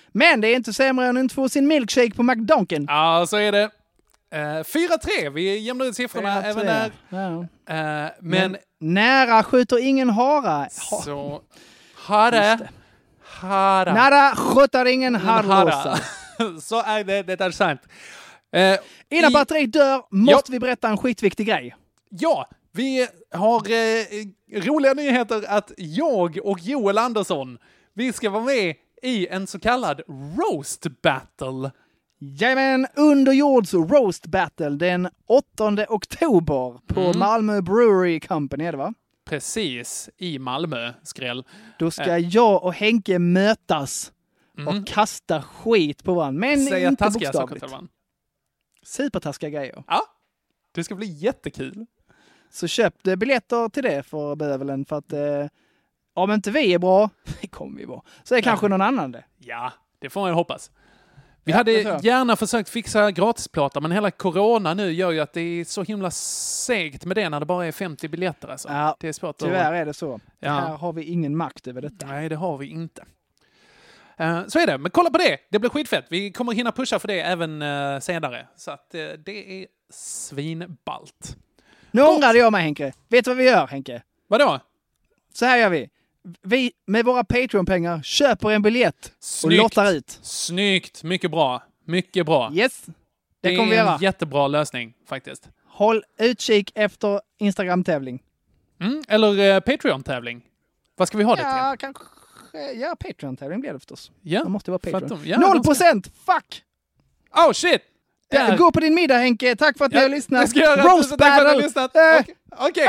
S7: Men det är inte sämre än att inte få sin milkshake på McDonken.
S6: Ja, så är det. Eh, 4-3, vi jämnar ut siffrorna även där.
S7: Ja.
S6: Eh, men
S7: Nära skjuter ingen hara. Ha.
S6: så... Hare. Hara.
S7: Nära skjuter ingen harrosa.
S6: så är det, det är sant. Eh,
S7: Innan
S6: i-
S7: batteriet dör måste vi berätta en skitviktig grej.
S6: Ja, vi har eh, roliga nyheter att jag och Joel Andersson, vi ska vara med i en så kallad roast battle.
S7: Jajamän, under jords roast battle den 8 oktober på
S6: Mm.
S7: Malmö Brewery Company är det va?
S6: Precis, i Malmö, skräll.
S7: Då ska
S6: Eh,
S7: jag och Henke mötas och kasta skit på varandra. Men
S6: Mm. säga
S7: inte
S6: taskiga saker
S7: bokstavligt.
S6: till varandra.
S7: Supertaskiga grejer.
S6: Ja, det ska bli jättekul.
S7: Så köp eh, biljetter till det för bövelen för att eh, om inte vi är bra, det kommer vi vara, så är kanske någon annan det.
S6: Ja, det får man ju hoppas. Vi
S7: det tror
S6: hade
S7: jag.
S6: gärna försökt fixa gratisplåtar, men hela corona nu gör ju att det är så himla segt med det när det bara är 50 biljetter. Alltså.
S7: Ja,
S6: det är svårt
S7: Tyvärr
S6: att...
S7: är det så.
S6: Ja.
S7: Här har vi ingen makt över detta.
S6: Nej, det har vi inte. Eh, Så är det, men kolla på det! Det blir skitfett. Vi kommer hinna pusha för det även eh, senare. Så att eh, det är svinballt.
S7: Nu ångrade jag mig Henke. Vet du vad vi gör Henke?
S6: Vadå?
S7: Så här gör vi. Vi med våra Patreon-pengar köper en biljett och
S6: Snyggt.
S7: lottar ut.
S6: Snyggt! Mycket bra. Mycket bra.
S7: Yes, det kommer vi
S6: är
S7: göra.
S6: en jättebra lösning faktiskt.
S7: Håll utkik efter Instagram-tävling.
S6: Mm. Eller eh, Patreon-tävling. Vad ska vi ha det till?
S7: Ja, kanske. Ja, Patreon-tävling blir det förstås.
S6: Ja,
S7: De måste vara
S6: för
S7: Patreon.
S6: att de- ja,
S7: Noll
S6: de ska-
S7: procent! Fuck!
S6: Oh shit! Där.
S7: Gå på din middag Henke, tack för att ni
S6: Ja,
S7: har lyssnat.
S6: det ska jag göra.
S7: Roast
S6: Tusen tack för att ni har
S7: battle!
S6: lyssnat.
S7: Eh,
S6: Okej!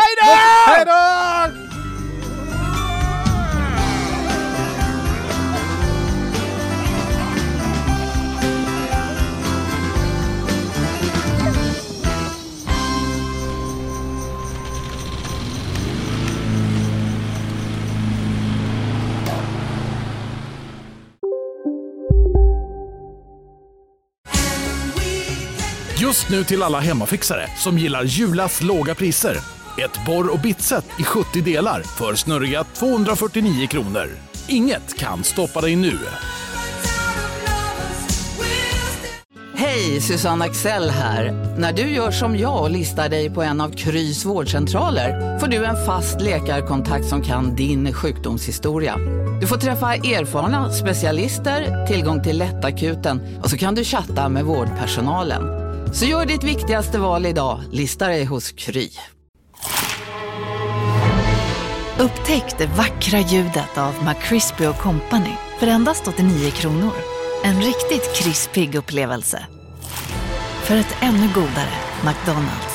S7: Hej då!
S6: Hej då!
S1: Just nu till alla hemmafixare som gillar Julas låga priser. Ett borr och bitset i 70 delar för snurriga 249 kronor. Inget kan stoppa dig nu.
S11: Hej, Susanne Axel här. När du gör som jag och listar dig på en av Krys vårdcentraler får du en fast läkarkontakt som kan din sjukdomshistoria. Du får träffa erfarna specialister, tillgång till lättakuten och så kan du chatta med vårdpersonalen. Så gör ditt viktigaste val idag, listar dig hos Kry.
S12: Upptäck det vackra ljudet av McCrispy Company för endast 89 kronor. En riktigt krispig upplevelse. För ett ännu godare McDonalds.